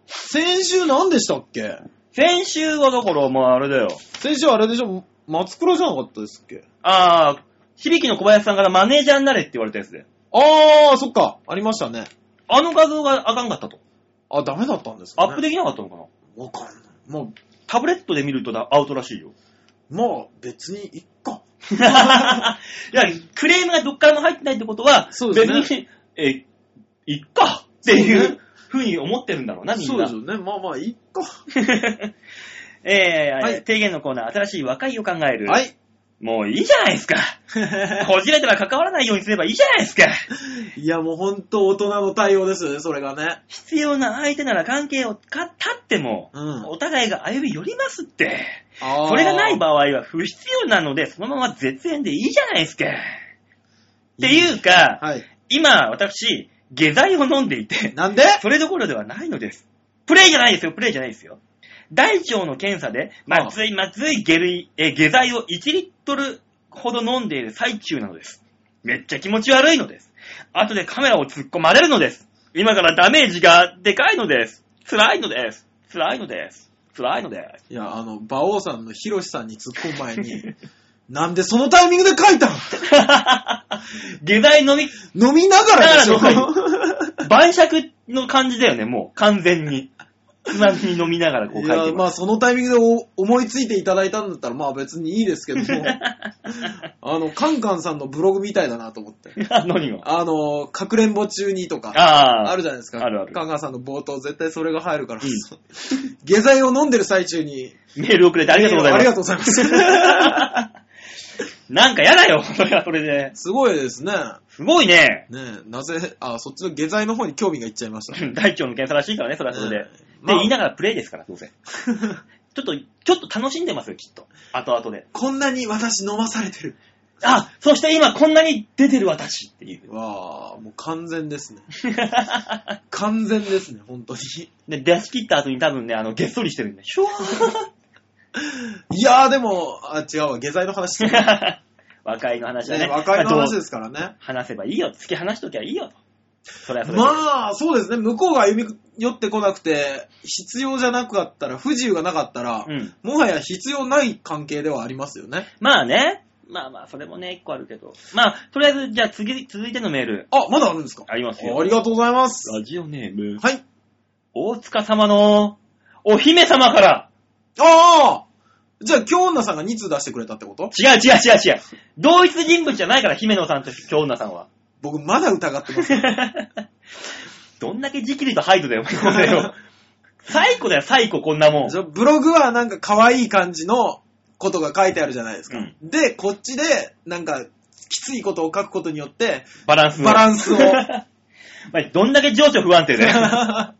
先週何でしたっけ
先週はだから、まああれだよ。
先週あれでしょ松倉じゃなかったですっけ
ああ、響きの小林さんからマネージャーになれって言われたやつで。
ああ、そっか。ありましたね。
あの画像があかんかったと。
あ、ダメだったんですか、
ア
ね、
ップできなかったのかな
わかんない。も
タブレットで見るとだアウトらしい よ。
う、まあ、別にいっか。
いや、クレームがどっからも入ってないってことは、
そうですね
別に、え、いっかってい
そう
う
ね
ふうに思ってるんだろうな、みん
そうで
な
す。よね。まあまあ、いっか。
えー、
はい
提言のコーナー、新しい和解を考える。
はい。
もういいじゃない ですか。こじれたら関わらないようにすればいいじゃないですか。
いや、もうほんと大人の対応ですよね、それがね。
必要な相手なら関係をか立っても、
うん
お互いが歩み寄りますって。
あー
それがない場合は不必要なので、そのまま絶縁でいいじゃないですか。っていうか、
はい。
今、私、下剤を飲んでいて、
なんで
それどころではないのです。プレイじゃないですよ、プレイじゃないですよ。大腸の検査で、まずいまずい下類、え下剤を1リットルほど飲んでいる最中なのです。めっちゃ気持ち悪いのです。後でカメラを突っ込まれるのです。今からダメージがでかいのです。辛いのです。辛いのです。辛いのです。
いや、あの、馬王さんのヒロシさんに突っ込む前に、なんでそのタイミングで書いたの
下剤飲み、
飲みながらでしょ
だから飲 晩酌の感じだよね、もう、完全に。つまみに飲みながらこう
い
書い
や
て、ま。
ますあそのタイミングでお思いついていただいたんだったら、まあ別にいいですけど も、あの、カンカンさんのブログみたいだなと思って。
何が
あの、かくれんぼ中にとか、
ああ。
あるじゃないですか。
あるある
カンカンさんの冒頭、絶対それが入るから、
うん
下剤を飲んでる最中に、
メールをくれてありがとうございます。
ありがとうございます。
なんかやだよ、それはそれで。
すごいですね。
すごいね。
ねえなぜ、あ、そっちの下剤の方に興味がいっちゃいました。
大腸の検査らしいからね、それはそれで。
うん
で、
まあ
言いながらプレイですから、 どうせ。ちょっと、ちょっと楽しんでますよ、きっと。後々で。
こんなに私飲まされてる。
あ、そして今こんなに出てる私っていう。
わあ、もう完全ですね。完全ですね、本当に。
で、出し切った後に多分ね、あの、げっそりしてるんで。シュワー
いやーでも、あ、違うわ、下剤の話 ですね。
和解の話だね。
ね、和解の話
まあど
で
う
すからね。
話せばいいよ。突き放しときゃいいよ。それはそれで。
まあ、そうですね。向こうが歩み寄ってこなくて、必要じゃなかったら、不自由がなかったら、
うん
もはや必要ない関係ではありますよね。
まあね。まあまあ、それもね、一個あるけど。まあ、とりあえず、じゃあ次、続いてのメール、
あ、まだあるんですか
ありますよ。
ありがとうございます。
ラジオネーム。
はい。
大塚様の、お姫様から、
ああじゃあ、京女さんが2通出してくれたってこと
違う違う違う違う。同一人物じゃないから、姫野さんと京女さんは。
僕、まだ疑って ますよ。
どんだけジキリとハイドだよ、お前これを最古だよ、最古、こんなもん
じ。ゃあブログはなんか可愛い感じのことが書いてあるじゃないですか。
うん
で、こっちで、なんか、きついことを書くことによ って、
バランスを。
バラ ンスを
お前どんだけ情緒不安定だよ。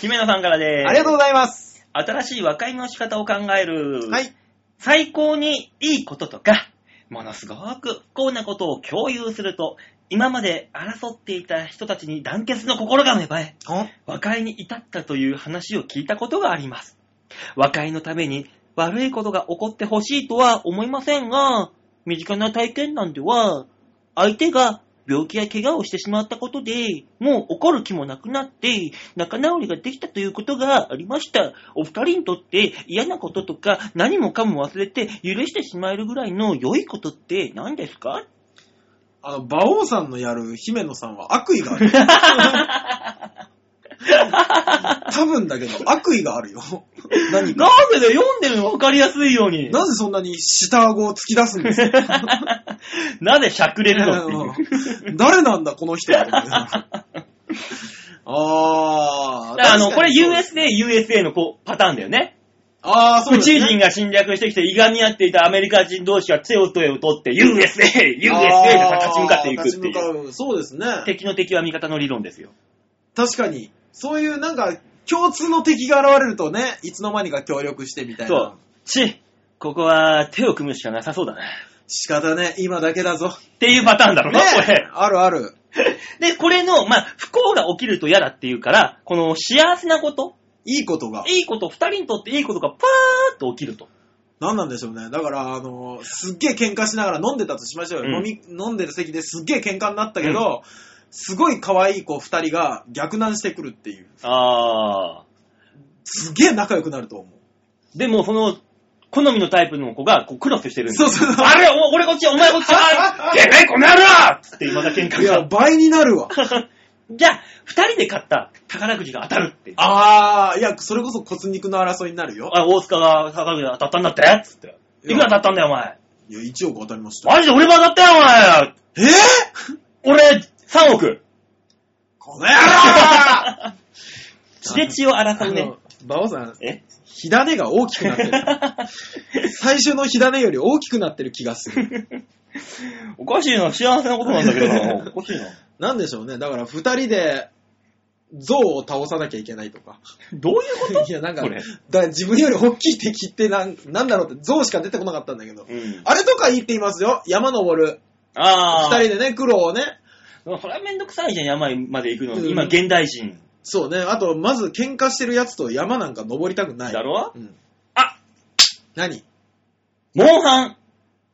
姫野さんからで
ありがとうございます。
新しい和解の仕方を考える。
はい。
最高にいいこととか、ものすごく不幸なことを共有すると、今まで争っていた人たちに団結の心が芽生え、和解に至ったという話を聞いたことがあります。和解のために悪いことが起こってほしいとは思いませんが、身近な体験談では、相手が病気や怪我をしてしまったことで、もう怒る気もなくなって、仲直りができたということがありました。お二人にとって嫌なこととか何もかも忘れて許してしまえるぐらいの良いことって何ですか
あの、馬王さんのやる姫野さんは悪意が ある。多分だけど、悪意があるよ。何か。
なんでだよ読んでるの分かりやすいように。
なぜそんなに下顎を突き出すんですか
なぜしゃくれるのっていう。
誰なんだ、この人 は。あ
だか
ー。
らあの、こ
確か
れ
にそう
USA、USA のこうパターンだよね。
あー、そう
宇
です
宙
ね
人が侵略してきて、いがみ合っていたアメリカ人同士が手を手を取って、USA、USA で立ち向かっていくっていう。
あー立ち向かうそうですね。
敵の敵は味方の理論ですよ。
確かに、そういうなんか、共通の敵が現れるとね、いつの間にか協力してみたい
そ
な
う。。ち、ここは手を組むしかなさそうだな。っ
仕方ね、今だけだぞ。
ていうパターンだろうな、
ね
これ。
あるある。
で、これの、まあ、不幸が起きると嫌だっていうから、この幸せなこと、
いいことが。
いいこと、二人にとっていいことがパーッと起きると。
何なんでしょうね。だから、あの、すっげえ喧嘩しながら飲んでたとしましょうよ。
うん
飲み、飲んでる席ですっげえ喧嘩になったけど、すごい可愛い子二人が逆難してくるっていう。
あ
すげえ仲良くなると思う。
ー。でも、その、好みのタイプの子が、こう、クロスしてるんです
そうそうそう
あれ、お俺こっち、お前こっち、 あれ、てめえ、この野郎つって、また喧嘩
い
が
や、。倍になるわ。
じゃあ、二人で買った宝くじが当たるって。
あー、いや、それこそ骨肉の争いになるよ。
あ、大塚が宝くじ当たったんだってつって。いくら当たったんだよ、お前。
いや、1億当たりました。
マジで俺も当たったよ、
えぇ、
お前。俺、3億。
この 野郎
血で血を争う
あ
ね
の。馬王さん、
え
火種が大きくなってる。最初の火種より大きくなってる気がする。
おかしいな、幸せなことなんだけどな。おかしいな。
なんでしょうね。だから二人で、象を倒さなきゃいけない とか。
どういうこと
いや、なんか、
これ
だ自分より大きい敵ってなんなんだろうって、象しか出てこなかったんだけど。
うん。
あれとか言って言いますよ。山登る。二
ああ。
人でね、苦労をね。
それはめんどくさいじゃん、山まで行くの。
うん
今、現代人。
そうね。あと、まず喧嘩してるやつと山なんか登りたくない。
だろ
うん。
あ
何
モンハン、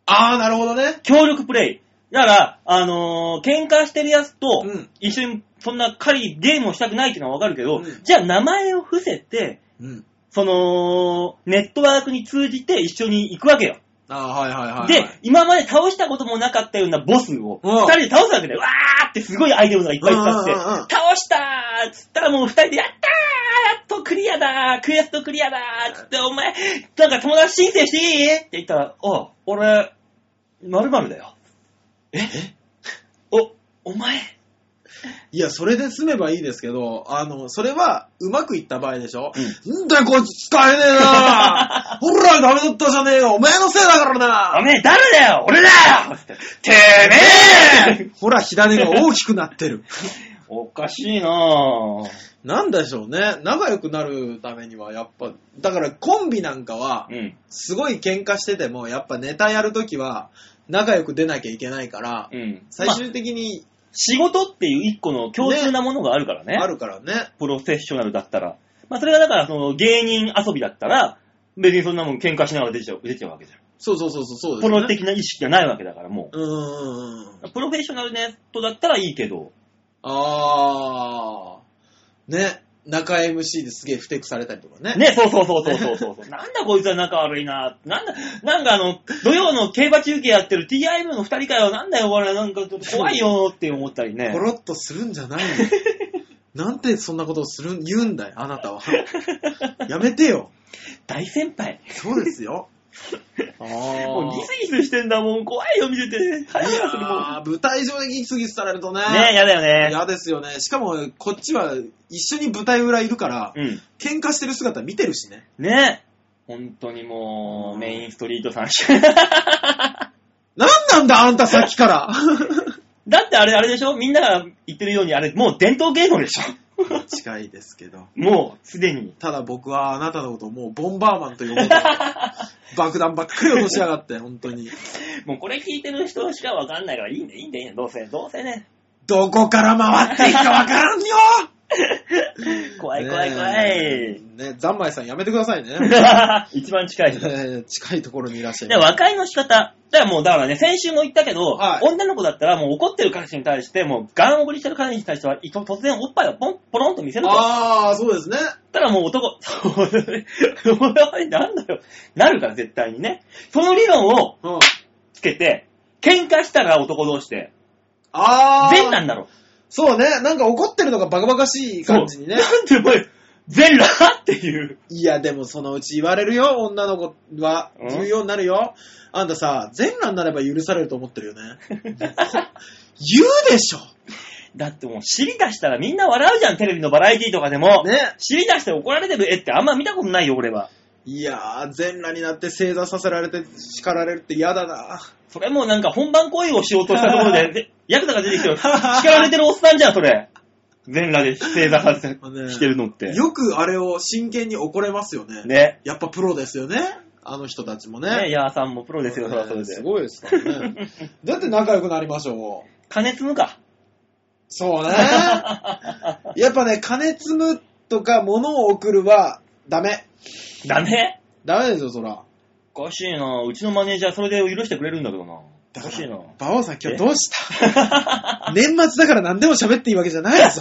あー、なるほどね。
協力プレイ。だから、あのー喧嘩してるやつと
うん、
一緒に、そんな狩り、ゲームをしたくないっていうのはわかるけど、
うん
じゃあ名前を伏せて、
うん。
その、ネットワークに通じて一緒に行くわけよ。
あー、はいはいはいはい。
で、今まで倒したこともなかったようなボスを、
うん
二人で倒すわけで、わーってすごいアイテムがいっぱい使って、
うんうんうんうん
倒したーっつったらもう二人で、やったーやっとクリアだークエストクリアだーっつって、お前、なんか友達申請していいって言ったら、あ、俺、〇〇だよ。えお、お前
いや、それで済めばいいですけど、あの、それは、うまくいった場合でしょ、んだよ、こいつ使えねえな ほら、ダメだったじゃねえよお前のせいだから
お
な
めえ誰だよ俺だよつっててめえ
ほら、火種が大きくなってる。
おかしいなぁ。
なんでしょうね。仲良くなるためには、やっぱ、だからコンビなんかは
う、ん。
すごい喧嘩してても、やっぱネタやるときは、仲良く出なきゃいけないから
う、ん。
最
まあ
終的に
仕事っていう一個の共通なものがあるからね。
あるからね。
プロフェッショナルだったら。まあ、それがだから、その、芸人遊びだったら、別にそんなもん喧嘩しながら出ちゃう、出ちゃうわけじゃん。
そうそうそうそう、そうです
プ
ね。
ロ的な意識がないわけだから、も
うーん。
う。プロフェッショナルネットだったらいいけど、
あー。ね。中 MC ですげえ不適されたりとかね。
ね、そうそうそうそうそう そうそう。なんだこいつは仲悪いな、なんだ、なんかあの、土曜の競馬中継やってる TIM の二人かよ、なんだよ、俺、なんか怖いよって思ったりね
コ。ロッとするんじゃないよ。 なんてそんなことをする、言うんだよ、あなたは。 やめてよ。
大先輩。
そうで すよ。あー
もうギスギスしてんだもん、怖いよ、見てて。早い
い
よ、
や
それも
ー舞台上でギスギスされるとね。
う。ねえ、やだよね。
嫌ですよね。しかも、こっちは一緒に舞台裏いるから、
うん。
喧嘩してる姿見てるしね。
ねえ。本当にもう、メインストリートさん し
なんなんだ、あんたさっき から。
だってあれ、あれでしょみんなが言ってるように、あれ、もう伝統芸能でしょ
近いですけど。
もう、すでに。
ただ僕はあなたのことをもうボンバーマンと 呼ぶ。爆弾ばっかり落としやがって、本当に。
もうこれ聞いてる人しかわかんないから、いいんだ、いいんだ、いいんだ、どうせ、どうせね。
どこから回っていいかわからんよ
怖い怖い怖い。
ねえね、ざんまいさんやめてくださいね。
一番近い人。
ね近いところにいらっしゃい
で、
ます。
和解の仕方。だからもう、だからね、先週も言ったけど、
はい
女の子だったらもう怒ってる彼氏に対して、もうガン怒りしてる彼氏に対しては、いと突然おっぱいをポン、ポロンと見せると。だっ
ああ、そうですね。
たらもう男、そうだね。お前なんだよ。なるから絶対にね。その理論を
うん。
つけて、喧嘩したら男同士で、
ああ。
善なんだろう。
そうね。なんか怒ってるのがバカバカしい感じにね。
なんでお前、全裸っていう。
いや、でもそのうち言われるよ、女の子は。
うん
言うようになるよ。あんたさ、全裸になれば許されると思ってる よね。言うでしょ
だってもう尻出したらみんな笑うじゃん、テレビのバラエティとかでも。
ね。
尻出して怒られてる絵ってあんま見たことないよ、俺は。
いやー、全裸になって正座させられて叱られるって嫌だな。
それもうなんか本番行為をしようとしたところ で、でヤクザが出てきて、叱られてるおっさんじゃん、それ。全裸で正座外
ね
してるのって。
よくあれを真剣に怒れますよね。
ね。
やっぱプロですよね。あの人たちもね。
ね、ヤーさんもプロですよ、それはそれ
す
で。
ごいですからね。 だって仲良くなりましょう。
金積む か。
そ うね。やっぱね、金積むとか物を送るはダメ。
ダメ
ダメですよ、そら。
おかしいなうちのマネージャーそれで許してくれるんだけどな。お
だ
か
か
しい
ら
な、
馬王さん今日どうした 年末だから何でも喋っていいわけじゃな いぞ。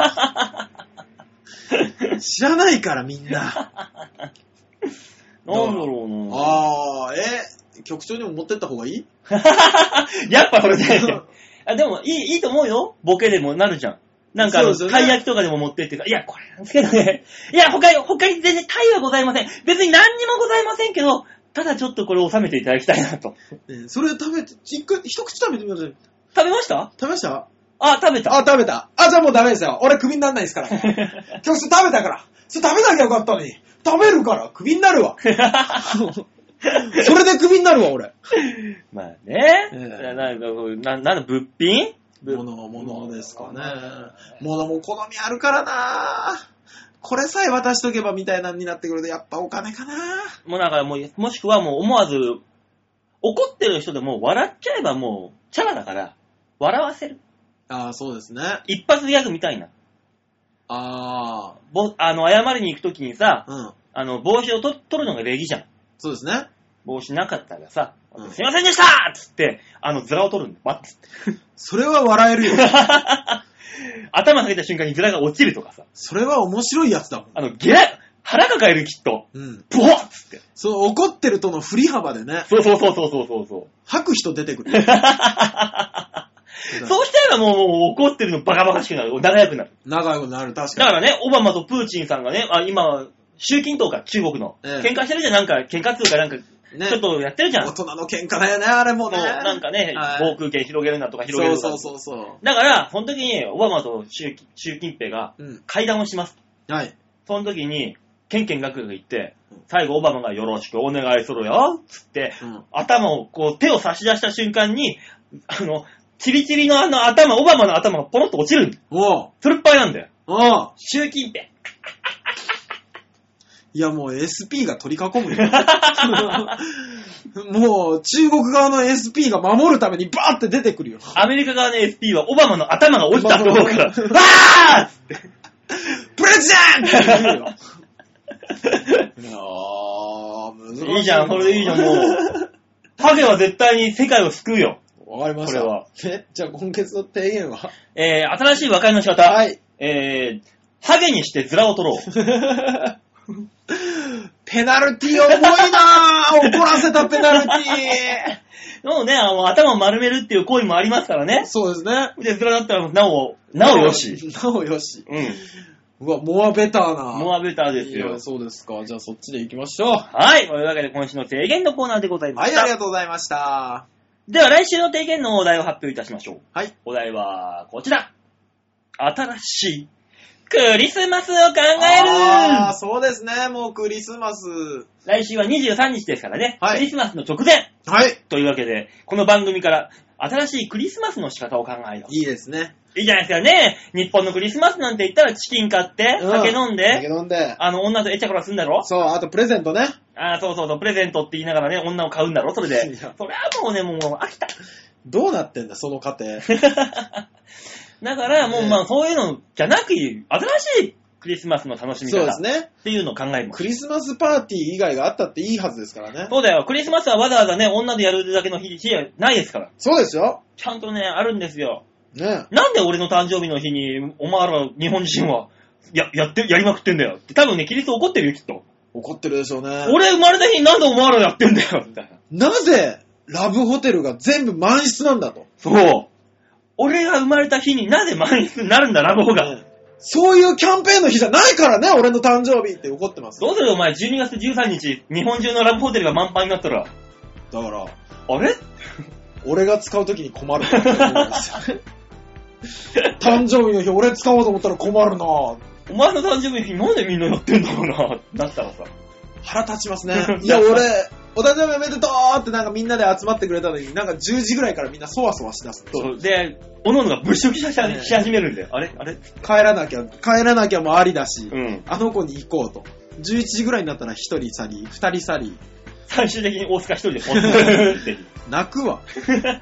知らないからみんな。
なんだろうな
あー、え、局長にも持ってった方がいい
やっぱそれだよね。あでもいい、いいと思うよ。ボケでもなるじゃん。なんかあの、
そうです
た
よね
い焼きとかでも持ってってさ、いや、これなんですけどね。いや、他に、他に全然タイはございません。別に何にもございませんけど、ただちょっとこれ収めていただきたいなと。
ねそれ食べて、一回一口食べてみましょう。
食べました
食べました
あ、食べた。
あ、食べた。あ、じゃあもうダメですよ。俺クビになんないです から。局長食べたから。それ食べなきゃよかったのに。食べるから、クビになるわ。 それでクビになるわ、俺。
まあね。
ええ
なんかこう、な、なんだ、物品
ものものですかね。ものも好みあるからなこれさえ渡しとけばみたいなのになってくると、やっぱお金かな
もうなんかもう、もしくはもう思わず、怒ってる人でも笑っちゃえばもう、チャラだから、笑わせる。
ああ、そうですね。
一発ギャグみたいな。
あ
ぼ、あの、謝りに行くときにさ、
あ、うん。
あの、帽子をと取るのが礼儀じゃん。
そうですね。
帽子なかったらさ、
うん
すいませんでしたっつって、あの、ズラを取るんだよ。バッつって。
それは笑えるよ。
頭下げた瞬間にズラが落ちるとかさ、
それは面白いやつだもん。
あの、ゲラ、腹抱えるきっと。
うん。
ブワッつって。
そう、怒ってるとの振り幅でね、
そうそうそうそうそう そうそう。
吐く人出てく る。
そうしちゃえばもうもう怒ってるのバカバカしくなる。長くなる。
仲良くなる、確
だ
か
か
に。
らね、オバマとプーチンさんがね、あ今、習近東か、中国の。
ええ
喧嘩してるじゃん、なんか、喧嘩通かなんか、
ね
ちょっとやってるじゃん。
大
そう
人の喧嘩だよね、あれもね。
なんかね、
はい
防空圏広げるなとか広げ
そ
る
う
なとか。
そうそうそ
だから、その時に、オバマと習近習近平が
う。うん。
会談をします。
はい。
その時に、ケンケンガクガク言って
うん、
最後オバマがよろしくお願いするよ、つって、
うん。
頭をこう、手を差し出した瞬間に、あの、チリチリのあの頭、オバマの頭がポロッと落ちるんだよ。
おう。
つるっぱいなんだよ。
おう。
習近平。
いや、もう SP が取り囲むよ。 もう、中国側の SP が守るためにバーって出てくるよ。
アメリカ側の SP はオバマの頭が落ちたと思う から、わーっ
オ
つ って。
プレゼントって言うよ。いやー、難しいな。
いいじゃん、それでいいじゃん、 もう。ハゲは絶対に世界を救うよ。
う。わかりました。
これは
え。じゃあ今月の提言は
えー、新しい和解の仕方。
はい。
えー、ハゲにしてズラを取ろ う。
ペナルティー重いなー怒らせたペナルテ
もうね、あの、頭を丸めるっていう行為もありますから
ィー。
ね。
そうですね。
で、ズラだったら、なお、なおよし。。
なおよし。
うん。
うわ、モアベターな。
モアベターです
い
よ
や。そうですか。じゃあそっちで行きましょう。は
はい。というわけで、今週の提言のコーナーでござい
い、
ま
あ
し
り
た。
がとうございました。
では、来週の提言のお題を発表いたしましょう。
はい。
お題は、こちら。新しいクリスマスを考
あー
え
そうですね。もうクリスマス。
る来週は23日ですからね。
はい
クリスマスの直前
はい。
というわけで、この番組から、新しいクリスマスの仕方を考えよう。
いいですね。
いいじゃないですかね。日本のクリスマスなんて言ったらチキン買って、
うん
酒飲ん
酒
で、
飲んで。
あの、女とエチャコラするんだろ
そう、あとプレゼントね。
ああ、そうそうそう、プレゼントって言いながらね、女を買うんだろそれで。そ
い
れ
や
はもうね、もう飽きた。
どうなってんだ、その 過程。
だから、もう、
ね
まあ、そういうのじゃなく、新しいクリスマスの楽しみ
そう
方
です
っ
ね。
ていうのを考える
クリスマスパーティー以外があったっていいはずですからね。
そうだよ。クリスマスはわざわざね、女でやるだけの日日じゃないですから。
そうですよ。
ちゃんとね、あるんですよ。
ね。
なんで俺の誕生日の日に、お前ら日本人は、や、やって、やりまくってんだよって。多分ね、キリスト怒ってるよ、きっと。
怒ってるでしょうね。
俺生まれた日になんでお前らやってんだよみたいな。
なぜ、ラブホテルが全部満室なんだと。
そう。俺が生まれた日になぜ満室になるんだ、ラブホが。
ねそういうキャンペーンの日じゃないからね、俺の誕生日って怒ってます。
どうするお前、12月13日、日本中のラブホテルが満杯になったら、
だから、
あれ
俺が使うときに困るなって思うん ですよね誕生日の日俺使おうと思ったら困るな
お前の誕生日の日なんでみんなやってんだろうな、ってなったらさ。
腹立ちます ね。いや、俺、お誕生日おめでとうってなんかみんなで集まってくれたのに、なんか10時ぐらいからみんなそわそわしだすんですよ。
そう。で、おのおのが物色しし始めるんだよ。あれあれ
帰らなきゃ、帰らなきゃもありだし、
うん。
あの子に行こうと。11時ぐらいになったら1人去り、2人去り、
最終的に大塚一人でポツン って。
泣く わ。ね
だ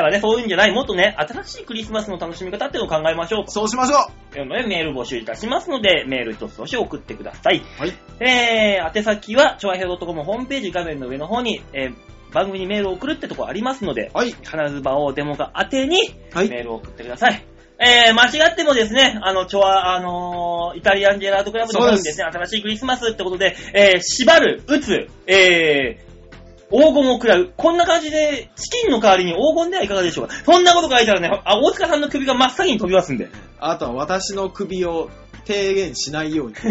からね、そういうんじゃない、もっとね、新しいクリスマスの楽しみ方っていうのを考えましょうと。
そうしましょう
というので、メール募集いたしますので、メール一つどし送ってください。
はい。
えー、宛先は、ちょわひょう .com ホームページ画面の上の方に、えー、番組にメールを送るってとこありますので、
はい。
必ず場をデモが宛てに、
はい。
メールを送ってください。えー、間違ってもですね、あの、ちょわ、あのーイタリアンジェラートクラブの方にですね、新しいクリスマスってことで、えー、縛る、打つ、えー、黄金を食らう。こんな感じで、チキンの代わりに黄金ではいかがでしょうか。そんなこと書いたらね、あ、大塚さんの首が真っ先に飛びますんで。
あとは私の首を低減しないように。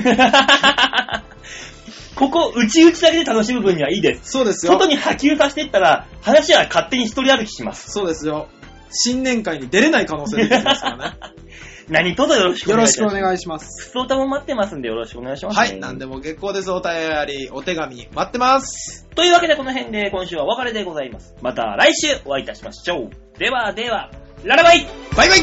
ここ、内々だけで楽しむ分にはいいです。
そうですよ
外。に波及させていったら、話は勝手に一人歩きします。
そうですよ。新年会に出れない可能性出てきますからね。
何卒よろしくお
よ
願いい
ろ
たし
しくお
ます。
願いします。
普通歌も待ってますんでよろしくお願いします、
はい。何でも結構です。お便り、お手紙、待ってます。
というわけでこの辺で今週はお別れでございます。また来週お会いいたしましょう。ではでは、ララバイ
バイバイ